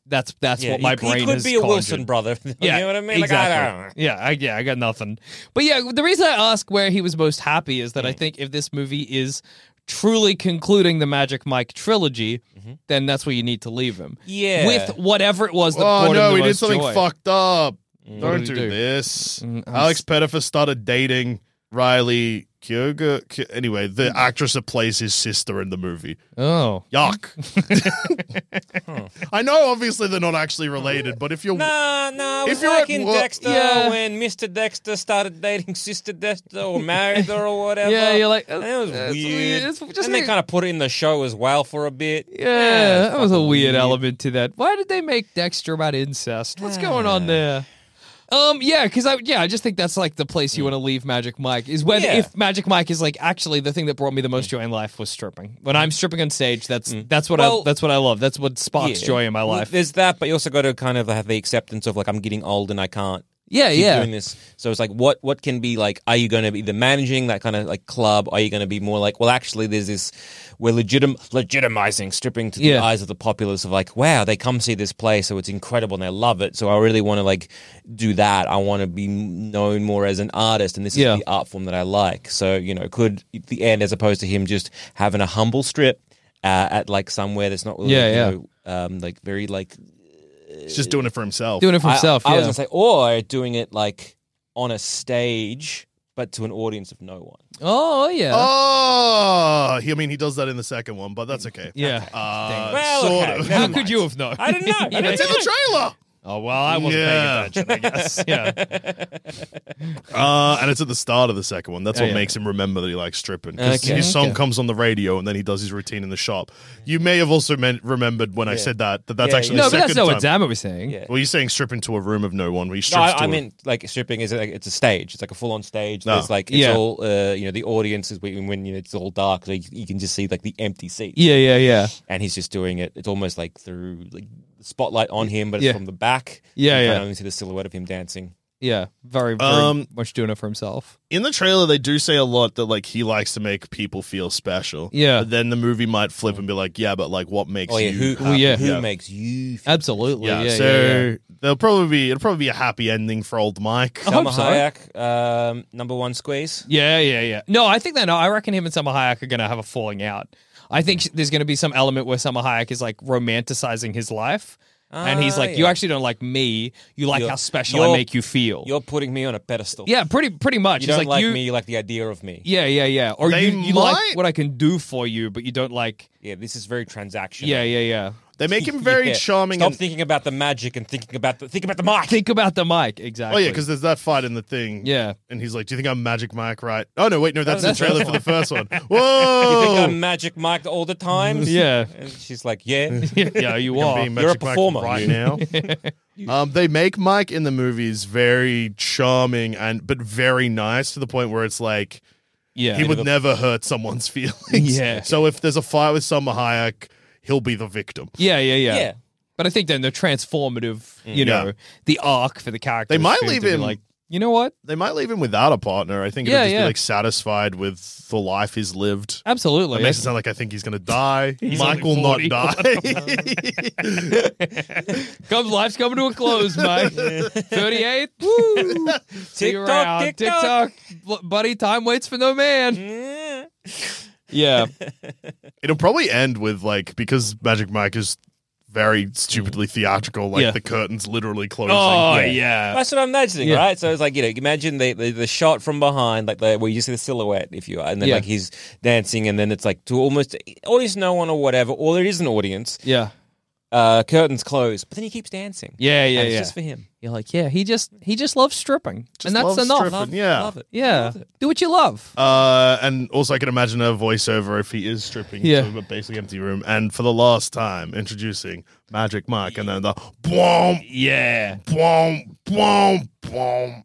Speaker 3: That's
Speaker 1: Mm.
Speaker 3: that's
Speaker 1: Yeah,
Speaker 3: what my
Speaker 1: he,
Speaker 3: brain
Speaker 1: he could
Speaker 3: is
Speaker 1: be a Wilson
Speaker 3: conjured.
Speaker 1: brother. you know what I mean? Like, I
Speaker 3: exactly.
Speaker 1: don't
Speaker 3: yeah, I, yeah, I got nothing. But yeah, the reason I ask where he was most happy is that
Speaker 1: Mm.
Speaker 3: I think if this movie is truly concluding the Magic Mike trilogy, then that's where you need to leave him.
Speaker 1: Mm-hmm. Yeah.
Speaker 3: with whatever it was that
Speaker 4: Oh
Speaker 3: brought him
Speaker 4: no,
Speaker 3: the
Speaker 4: he did
Speaker 3: most
Speaker 4: something
Speaker 3: joy. Mm.
Speaker 4: fucked up.
Speaker 3: What
Speaker 4: Don't
Speaker 3: did
Speaker 4: do
Speaker 3: he do? Mm,
Speaker 4: this.
Speaker 3: I'm
Speaker 4: Alex Pettifer started dating Riley Kyoga. Ky- Anyway,
Speaker 3: Mm.
Speaker 4: the actress that plays his sister in the movie.
Speaker 3: Oh,
Speaker 4: Yuck. I know, obviously, they're not actually related, but if you're.
Speaker 1: Nah, nah. It
Speaker 4: If
Speaker 1: was
Speaker 4: you're
Speaker 1: like
Speaker 4: at
Speaker 1: in
Speaker 4: work-
Speaker 1: Dexter
Speaker 3: Yeah.
Speaker 1: when Mr. Dexter started dating Sister Dexter or married her or whatever.
Speaker 3: Yeah, you're like,
Speaker 1: and it was
Speaker 3: uh, it's
Speaker 1: weird.
Speaker 3: weird. It's just
Speaker 1: and they
Speaker 3: like-
Speaker 1: kind of put it in the show as well for a bit.
Speaker 3: yeah, that was a
Speaker 1: fucking
Speaker 3: weird element to that. Why did they make Dexter about incest? What's going on there? Um, yeah, because I yeah, I just think that's like the place you want to leave Magic Mike is when
Speaker 1: Yeah.
Speaker 3: if Magic Mike is like actually the thing that brought me the most joy in life was stripping. When I'm stripping on stage, that's that's what
Speaker 1: Mm. Well-
Speaker 3: I that's what I love. That's what sparks
Speaker 1: Yeah.
Speaker 3: joy in my
Speaker 1: Well,
Speaker 3: life.
Speaker 1: There's that, but you also got to kind of have the acceptance of like I'm getting old and I can't
Speaker 3: Yeah,
Speaker 1: keep
Speaker 3: yeah.
Speaker 1: doing this. So it's like what what can be like? Are you going to be the managing that kind of like club? Are you going to be more like well, actually, there's this we're legitim legitimizing stripping to the
Speaker 3: Yeah.
Speaker 1: eyes of the populace of like wow, they come see this place, so it's incredible and they love it. So I really want to like do that. I want to be known more as an artist, and this
Speaker 3: Yeah.
Speaker 1: is the art form that I like. So you know, could the end as opposed to him just having a humble strip. Uh, at like somewhere that's not really,
Speaker 3: Yeah,
Speaker 1: you
Speaker 3: yeah.
Speaker 1: know, um, like very like
Speaker 4: He's just doing it for himself.
Speaker 3: Doing it for
Speaker 1: I-
Speaker 3: himself.
Speaker 1: I,
Speaker 3: yeah.
Speaker 1: was gonna say, or doing it like on a stage, but to an audience of no one.
Speaker 3: oh yeah.
Speaker 4: Oh, he, I mean, he does that in the second one, but that's okay.
Speaker 3: Yeah.
Speaker 4: Uh,
Speaker 1: Well,
Speaker 4: sort
Speaker 1: okay,
Speaker 4: of.
Speaker 1: never
Speaker 3: How
Speaker 1: mind.
Speaker 3: could you have known?
Speaker 1: I didn't know. I
Speaker 4: It's in
Speaker 1: didn't know.
Speaker 4: the trailer.
Speaker 3: oh well, I wasn't
Speaker 4: Yeah.
Speaker 3: paying attention. I guess. Yeah.
Speaker 4: Uh, and it's at the start of the second one. That's
Speaker 3: Yeah,
Speaker 4: what
Speaker 3: Oh, yeah.
Speaker 4: makes him remember that he likes stripping. Because
Speaker 1: Okay.
Speaker 4: his song
Speaker 3: Okay.
Speaker 4: comes on the radio and then he does his routine in the shop. You may have also meant, remembered when I said that, that that's
Speaker 1: Yeah,
Speaker 4: actually
Speaker 1: yeah.
Speaker 3: no,
Speaker 4: the
Speaker 3: but that's
Speaker 4: second
Speaker 3: not what
Speaker 4: time.
Speaker 3: Dama was saying.
Speaker 1: Yeah.
Speaker 4: Well, you're saying strip into a room of no one. Where he
Speaker 1: No,
Speaker 4: strips to
Speaker 1: I, I
Speaker 4: a-
Speaker 1: meant like stripping is like it's a stage. It's like a full on stage.
Speaker 4: No.
Speaker 1: There's like it's
Speaker 3: Yeah.
Speaker 1: all uh, you know the audience is when, when you know, it's all dark. Like you can just see like the empty seats.
Speaker 3: Yeah. Yeah. Yeah.
Speaker 1: and he's just doing it. It's almost like through like the spotlight on him, but it's
Speaker 3: Yeah.
Speaker 1: from the back.
Speaker 3: Yeah,
Speaker 1: you can
Speaker 3: yeah.
Speaker 1: only see the silhouette of him dancing.
Speaker 3: Yeah. Very. very
Speaker 4: Um,
Speaker 3: much doing it for himself.
Speaker 4: in the trailer they do say a lot that like he likes to make people feel special.
Speaker 3: Yeah.
Speaker 4: But then the movie might flip and be like, yeah, but like what makes
Speaker 1: Oh yeah,
Speaker 4: you
Speaker 1: who
Speaker 4: happy?
Speaker 3: Well, yeah.
Speaker 1: who makes you? Feel
Speaker 3: Absolutely.
Speaker 4: Yeah,
Speaker 3: Yeah. yeah,
Speaker 4: so
Speaker 3: yeah.
Speaker 4: there'll probably be it'll probably be a happy ending for old Mike.
Speaker 3: I
Speaker 1: Selma
Speaker 3: hope so.
Speaker 1: Hayek, um, number one squeeze.
Speaker 3: Yeah, yeah, yeah. No, I think that no, I reckon him and Summer Hayek are going to have a falling out. I think sh- there's going to be some element where Summer Hayek is like romanticizing his life, and he's
Speaker 1: Ah,
Speaker 3: like, "You
Speaker 1: yeah.
Speaker 3: actually don't like me. You like
Speaker 1: You're-
Speaker 3: how special I
Speaker 1: you're-
Speaker 3: make you feel."
Speaker 1: You're putting me on a pedestal.
Speaker 3: Yeah, pretty pretty much.
Speaker 1: you
Speaker 3: It's
Speaker 1: don't like
Speaker 3: like, you,
Speaker 1: me. You like the idea of me.
Speaker 3: Yeah, yeah, yeah. Or
Speaker 4: They
Speaker 3: you, you like
Speaker 4: might-
Speaker 3: what I can do for you, but you don't like.
Speaker 1: Yeah, this is very transactional.
Speaker 3: Yeah, yeah, yeah.
Speaker 4: They make him very
Speaker 1: Yeah.
Speaker 4: charming
Speaker 1: Stop
Speaker 4: and
Speaker 1: thinking about the magic and thinking about the think about the mic.
Speaker 3: Think about the mic exactly.
Speaker 4: Oh yeah, because there's that fight in the thing.
Speaker 3: Yeah.
Speaker 4: And he's like, Do you think I'm Magic Mike right? Oh no, wait, no, that's the
Speaker 3: that's-
Speaker 4: trailer for the first one.
Speaker 1: you think
Speaker 4: Whoa.
Speaker 1: I'm magic mic all the time.
Speaker 3: Oh. yeah,
Speaker 1: And she's like, yeah.
Speaker 3: yeah, you
Speaker 4: I'm
Speaker 3: are.
Speaker 4: being
Speaker 1: You're a
Speaker 4: Magic Mike
Speaker 1: performer.
Speaker 4: right now. um, they make Mike in the movies very charming and but very nice to the point where it's like
Speaker 3: yeah,
Speaker 4: he would never hurt someone's feelings.
Speaker 3: Yeah.
Speaker 4: So if there's a fight with Summer Hayek, he'll be the victim.
Speaker 3: yeah, yeah, yeah,
Speaker 1: yeah. Mm.
Speaker 3: But I think then the transformative, you know,
Speaker 4: Yeah.
Speaker 3: the arc for the character.
Speaker 4: They might
Speaker 3: is
Speaker 4: leave
Speaker 3: to be
Speaker 4: him-
Speaker 3: like, you know what?
Speaker 4: They might leave him without a partner. I think
Speaker 3: Yeah,
Speaker 4: it'll just
Speaker 3: yeah.
Speaker 4: be like satisfied with the life he's lived.
Speaker 3: Absolutely.
Speaker 4: It makes it sound like I think he's gonna die. Mike will
Speaker 3: only
Speaker 4: not
Speaker 3: 40.
Speaker 4: die.
Speaker 3: Come, life's coming to a close, Mike. 38. Woo. See you
Speaker 1: Tick-tock,
Speaker 3: around.
Speaker 1: tick-tock.
Speaker 3: TikTok. Buddy, time waits for no man. Yeah.
Speaker 4: It'll probably end with like because Magic Mike is very stupidly theatrical, like
Speaker 3: Yeah.
Speaker 4: the curtains literally closing.
Speaker 3: Oh, yeah.
Speaker 1: That's what I'm imagining,
Speaker 3: Yeah.
Speaker 1: right? So it's like you know, imagine the, the, the shot from behind, like the, where you see the silhouette, if you are, and then
Speaker 3: Yeah.
Speaker 1: like he's dancing, and then it's like to almost audience no one or whatever, or there is an audience,
Speaker 3: Yeah.
Speaker 1: uh, curtains closed, but then he keeps dancing.
Speaker 3: Yeah, yeah,
Speaker 1: And it's
Speaker 3: yeah.
Speaker 1: just for him.
Speaker 3: You're like, yeah, he just he just loves stripping.
Speaker 4: Just
Speaker 3: and that's
Speaker 4: loves
Speaker 3: enough.
Speaker 4: stripping. Yeah.
Speaker 1: love it.
Speaker 3: Yeah. Do what you love.
Speaker 4: Uh, and also, I can imagine a voiceover if he is stripping
Speaker 3: Yeah.
Speaker 4: to a basically empty room. And for the last time, introducing Magic Mike, and then the boom,
Speaker 3: Yeah.
Speaker 4: boom, boom, boom.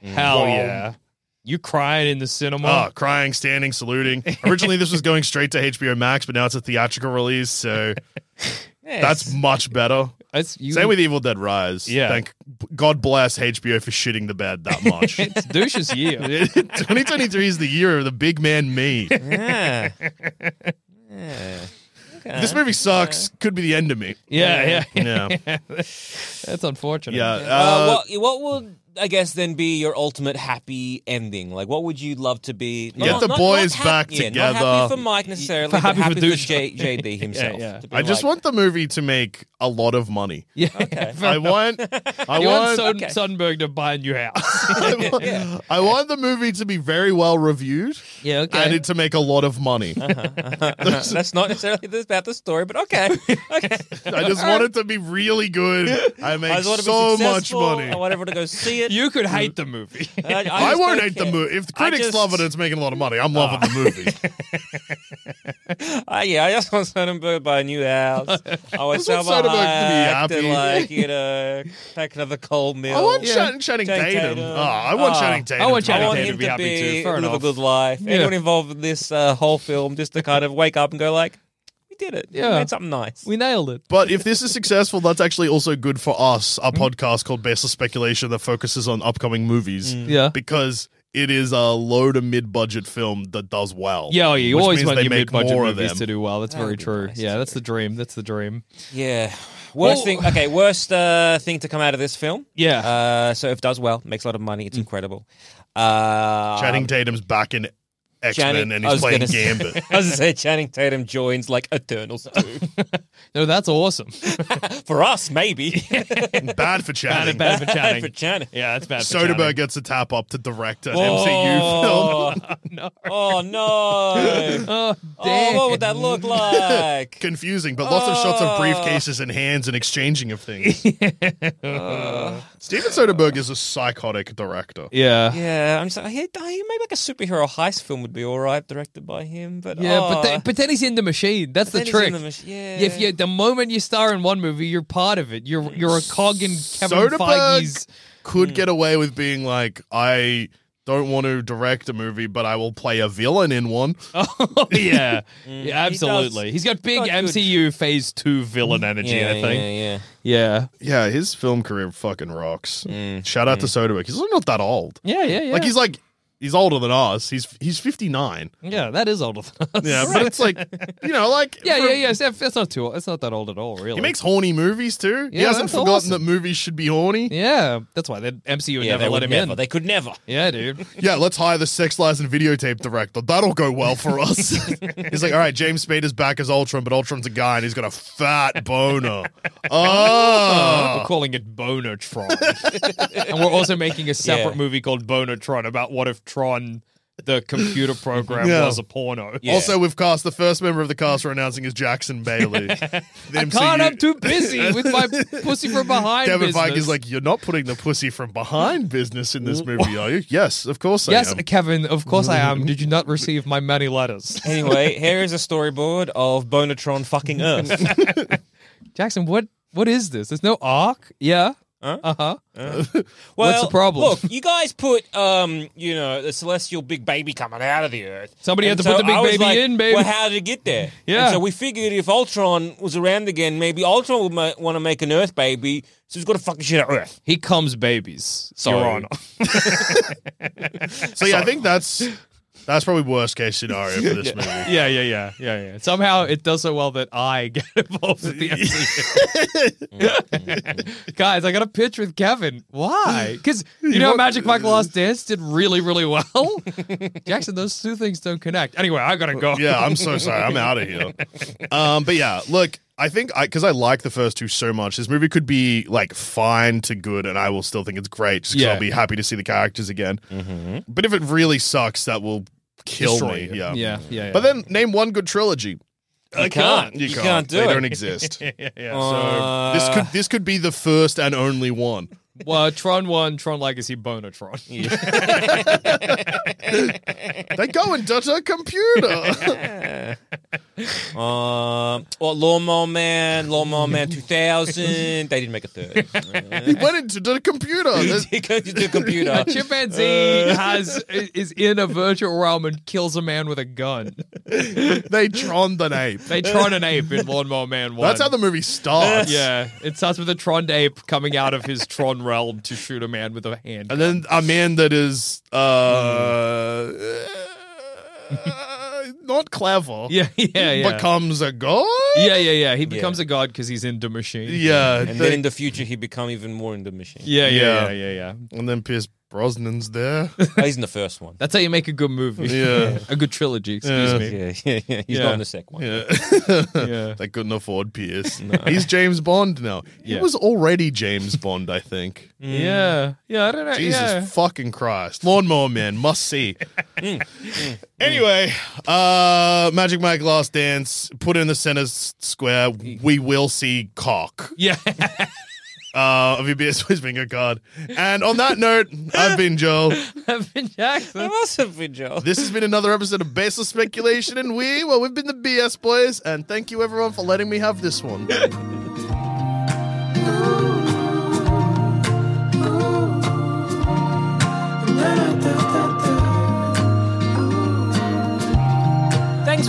Speaker 3: Hell yeah. You crying in the cinema.
Speaker 4: Oh, crying, standing, saluting. Originally, this was going straight to HBO Max, but now it's a theatrical release, so that's much better.
Speaker 3: That's you.
Speaker 4: Same with Evil Dead Rise.
Speaker 3: Yeah.
Speaker 4: Thank God bless HBO for shitting the bed that much.
Speaker 3: it's douche's year.
Speaker 4: 2023 is the year of the big man me.
Speaker 1: Yeah.
Speaker 4: This movie sucks. Could be the end of me.
Speaker 3: Yeah, yeah.
Speaker 4: Yeah.
Speaker 3: That's unfortunate.
Speaker 4: Yeah.
Speaker 1: Uh,
Speaker 4: Uh,
Speaker 1: what, what would I guess then be your ultimate happy ending? Like, what would you love to be?
Speaker 4: Get the boys back
Speaker 1: yeah, Not
Speaker 4: together.
Speaker 1: happy for Mike necessarily,
Speaker 3: For
Speaker 1: but
Speaker 3: happy
Speaker 1: happy,
Speaker 3: for
Speaker 1: for,
Speaker 3: douche.
Speaker 1: J- JD himself.
Speaker 3: yeah.
Speaker 1: to be
Speaker 4: I just
Speaker 1: like,
Speaker 4: want the movie to make a lot of money.
Speaker 3: Yeah.
Speaker 4: I want, I
Speaker 3: You want
Speaker 4: want,
Speaker 3: Son-
Speaker 1: Okay.
Speaker 3: Sundberg to buy a new house.
Speaker 4: I want, I want the movie to be very well reviewed
Speaker 3: yeah,
Speaker 4: and it to make a lot of money.
Speaker 1: Uh-huh. That's not necessarily this about the story, but okay. Okay.
Speaker 4: I just want it to be really good. I make
Speaker 1: I just want to
Speaker 4: so
Speaker 1: be
Speaker 4: much
Speaker 1: successful.
Speaker 4: money.
Speaker 1: I want everyone to go see it.
Speaker 3: you could hate the movie.
Speaker 1: I, I
Speaker 4: Mm. I,
Speaker 1: just
Speaker 4: won't
Speaker 1: don't
Speaker 4: hate the
Speaker 1: care.
Speaker 4: movie. If the
Speaker 1: I
Speaker 4: critics
Speaker 1: just-
Speaker 4: love it, and it's making a lot of money. I'm loving the movie.
Speaker 1: Uh, yeah, I just want Sonnenberg to buy a new house. I want
Speaker 4: just want
Speaker 1: Selma
Speaker 4: Soderbergh
Speaker 1: Hayek
Speaker 4: to
Speaker 1: to,
Speaker 4: be happy.
Speaker 1: like, you know, take another coal mill.
Speaker 4: I want
Speaker 1: Yeah.
Speaker 4: Shannon, Channing
Speaker 1: Channing
Speaker 4: Tatum.
Speaker 1: Tatum.
Speaker 4: Oh, I want
Speaker 1: Ah.
Speaker 4: Channing Tatum.
Speaker 3: I want
Speaker 1: I
Speaker 3: Channing
Speaker 1: want
Speaker 3: Tatum
Speaker 1: him
Speaker 3: to be
Speaker 1: to
Speaker 3: happy
Speaker 1: be,
Speaker 3: too. Fair
Speaker 1: live a
Speaker 3: enough.
Speaker 1: good life.
Speaker 3: Yeah.
Speaker 1: Anyone involved in this uh, whole film just to kind of wake up and go like, we did it.
Speaker 3: Yeah.
Speaker 1: We made something nice.
Speaker 3: we nailed it.
Speaker 4: But if this is successful, that's actually also good for us, our podcast called Baseless Speculation that focuses on upcoming movies.
Speaker 3: Yeah.
Speaker 4: Because it is a low to mid budget film that does well.
Speaker 3: Yeah, oh, yeah, you
Speaker 4: Which
Speaker 3: always
Speaker 4: means
Speaker 3: want
Speaker 4: they
Speaker 3: your
Speaker 4: make
Speaker 3: mid-budget
Speaker 4: more of
Speaker 3: movies to
Speaker 4: them.
Speaker 3: do well. That's very
Speaker 1: would be
Speaker 3: true.
Speaker 1: nice
Speaker 3: yeah,
Speaker 1: to
Speaker 3: that's the dream. That's the dream.
Speaker 1: yeah. Worst
Speaker 3: Well-
Speaker 1: thing. Okay. Worst uh, thing to come out of this film.
Speaker 3: Yeah.
Speaker 1: Uh, so if it does well, makes a lot of money. It's incredible. Uh,
Speaker 4: Channing Tatum's back in X Men
Speaker 1: Channing-
Speaker 4: and
Speaker 1: I
Speaker 4: he's
Speaker 1: was
Speaker 4: playing
Speaker 1: gonna say-
Speaker 4: Gambit.
Speaker 1: I was gonna say Channing Tatum joins like Eternals too.
Speaker 3: No, that's awesome.
Speaker 1: for us, maybe.
Speaker 4: Bad for Channing.
Speaker 3: bad for Channing.
Speaker 1: for Channing.
Speaker 3: Yeah, that's bad. for
Speaker 4: Soderbergh
Speaker 3: Channing.
Speaker 4: gets a tap up to direct an MCU film.
Speaker 1: Oh,
Speaker 3: no.
Speaker 1: oh no!
Speaker 3: Oh,
Speaker 1: Oh,
Speaker 3: damn.
Speaker 1: what would that look like?
Speaker 4: Confusing, but lots of shots of briefcases and hands and exchanging of things.
Speaker 1: Uh.
Speaker 4: Steven Soderbergh is a psychotic director.
Speaker 3: Yeah. Yeah,
Speaker 1: Yeah, I'm sorry. He, he- maybe like a superhero heist film would be all right, directed by him. But
Speaker 3: but,
Speaker 1: oh,
Speaker 3: then, but then he's in the machine. That's the
Speaker 1: then he's in
Speaker 3: trick.
Speaker 1: the mach- yeah.
Speaker 3: If you, the moment you star in one movie, you're part of it. You're you're a cog in Kevin
Speaker 4: Soderbergh
Speaker 3: Feige's.
Speaker 4: could
Speaker 1: Hmm.
Speaker 4: get away with being like, I don't want to direct a movie, but I will play a villain in one.
Speaker 3: Oh, yeah,
Speaker 4: Mm,
Speaker 3: yeah,
Speaker 1: does-
Speaker 3: absolutely. He has got big
Speaker 1: got good-
Speaker 3: MCU Phase Two villain energy.
Speaker 1: yeah,
Speaker 3: I think.
Speaker 1: yeah, yeah.
Speaker 3: Yeah,
Speaker 4: Yeah, his film career fucking rocks.
Speaker 1: Hmm.
Speaker 4: Shout out to Soderbergh. He's not that old.
Speaker 3: yeah, yeah, yeah.
Speaker 4: Like he's like he's older than us. He's he's fifty nine.
Speaker 3: yeah, that is older than us.
Speaker 4: Yeah, but it's like you know, like
Speaker 3: Yeah,
Speaker 4: for-
Speaker 3: yeah, yeah. It's, it's not too. old. It's not that old at all, really.
Speaker 4: He makes horny movies too. he
Speaker 3: Yeah,
Speaker 4: hasn't
Speaker 3: that's
Speaker 4: forgotten
Speaker 3: awesome.
Speaker 4: that movies should be horny. Yeah.
Speaker 3: Yeah, that's why the MCU would
Speaker 1: Yeah,
Speaker 3: never
Speaker 1: they
Speaker 3: let
Speaker 1: would
Speaker 3: him
Speaker 1: never.
Speaker 3: in.
Speaker 1: They could never.
Speaker 3: Yeah, dude.
Speaker 4: let's hire the sex lies and videotape director. That'll go well for us. he's like, all right, James Spade is back as Ultron, but Ultron's a guy and he's got a fat boner. Oh,
Speaker 3: Uh, we're calling it Bonatron, and we're also making a separate
Speaker 1: Yeah.
Speaker 3: movie called Bonatron about what if Tron, the computer program,
Speaker 4: Yeah.
Speaker 3: was a porno.
Speaker 1: Yeah.
Speaker 4: Also, we've cast the first member of the cast we're announcing is Jackson Bailey. The
Speaker 3: I can't. I'm too busy with my pussy from behind.
Speaker 4: Kevin
Speaker 3: business.
Speaker 4: Feige is like, you're not putting the pussy from behind business in this movie, are you? Yes, of course
Speaker 3: Yes,
Speaker 4: I am.
Speaker 3: Kevin, of course I am. Did you not receive my many letters?
Speaker 1: Anyway, here is a storyboard of Bonatron fucking Earth.
Speaker 3: Jackson, what what is this? There's no arc? Yeah. Uh huh.
Speaker 1: Well,
Speaker 3: What's the problem?
Speaker 1: Look, you guys put, um, you know, the celestial big baby coming out of the earth.
Speaker 3: Somebody had
Speaker 1: And
Speaker 3: to put the big
Speaker 1: I was
Speaker 3: baby
Speaker 1: like,
Speaker 3: in, baby.
Speaker 1: Well, how did it get there?
Speaker 3: Yeah.
Speaker 1: And so we figured if Ultron was around again, maybe Ultron would ma- want to make an Earth baby, so he's got to fucking shit out Earth.
Speaker 3: He comes babies. Sorry.
Speaker 1: Your Honor.
Speaker 4: So yeah, I think that's that's probably worst case scenario for this movie.
Speaker 3: Yeah, yeah, yeah, yeah, yeah. Somehow it does so well that I get involved with the MCU. Guys, I got a pitch with Kevin. Why? Because you know, Magic Mike Last Dance did really, really well. Jackson, those two things don't connect. Anyway, I gotta go.
Speaker 4: Yeah, I'm so sorry. I'm out of here. Um, but yeah, look, I think I because I like the first two so much, this movie could be like fine to good, and I will still think it's great. Just 'cause
Speaker 3: Yeah. Mm-hmm.
Speaker 4: I'll be happy to see the characters again. But if it really sucks, that will kill
Speaker 3: Destroy
Speaker 4: me.
Speaker 3: you.
Speaker 4: Yeah.
Speaker 3: yeah, yeah.
Speaker 4: But then name one good trilogy.
Speaker 1: You can't. You can't do
Speaker 4: they
Speaker 1: it.
Speaker 4: don't exist.
Speaker 3: yeah, yeah.
Speaker 1: Uh,
Speaker 4: this could this could be the first and only one.
Speaker 3: well, Tron One, Tron Legacy, Bonatron.
Speaker 4: They go and touch a computer.
Speaker 1: Um, or Lawnmower Man, Lawnmower Man 2000. They didn't make a third.
Speaker 4: he went into the computer. There's-
Speaker 1: he goes to the computer.
Speaker 3: A chimpanzee
Speaker 4: Uh.
Speaker 3: has is in a virtual realm and kills a man with a gun.
Speaker 4: they tron the ape.
Speaker 3: They Tron an ape in Lawnmower Man One.
Speaker 4: That's how the movie starts.
Speaker 3: Yeah, it starts with a Tron ape coming out of his Tron realm to shoot a man with a hand.
Speaker 4: And then a man that is uh, not clever
Speaker 3: Mm. Yeah, yeah, yeah.
Speaker 4: becomes a god.
Speaker 3: yeah, yeah, yeah. He becomes a god because he's in the machine.
Speaker 4: Yeah,
Speaker 1: And then in the future, he become even more in the machine.
Speaker 3: yeah,
Speaker 4: Yeah.
Speaker 3: yeah, yeah, yeah, yeah.
Speaker 4: and then Pierce Brosnan's there.
Speaker 1: Oh, he's in the first one.
Speaker 3: That's how you make a good movie.
Speaker 4: Yeah.
Speaker 3: a good trilogy. Excuse
Speaker 4: Yeah.
Speaker 3: me.
Speaker 1: Yeah, yeah, yeah. He's
Speaker 3: Yeah.
Speaker 1: not in the second one.
Speaker 4: Yeah.
Speaker 3: Yeah.
Speaker 4: they couldn't afford Pierce. He's James Bond now. He
Speaker 3: Yeah.
Speaker 4: was already James Bond, I think.
Speaker 3: Yeah, yeah. I don't know.
Speaker 4: Mm. Jesus
Speaker 3: yeah. Mm.
Speaker 4: fucking Christ. Lawnmower Man, must see. anyway, uh Magic Mike Last Dance, put in the center s- square.
Speaker 3: Mm.
Speaker 4: We will see cock.
Speaker 3: yeah.
Speaker 4: Uh of your beer Swiss finger card. And on that note, I've been Joel.
Speaker 3: Evan Jackson.
Speaker 1: must have been Joe.
Speaker 4: This has been another episode of Baseless Speculation, and we, well, we've been the BS boys, and thank you everyone for letting me have this one.
Speaker 1: Thanks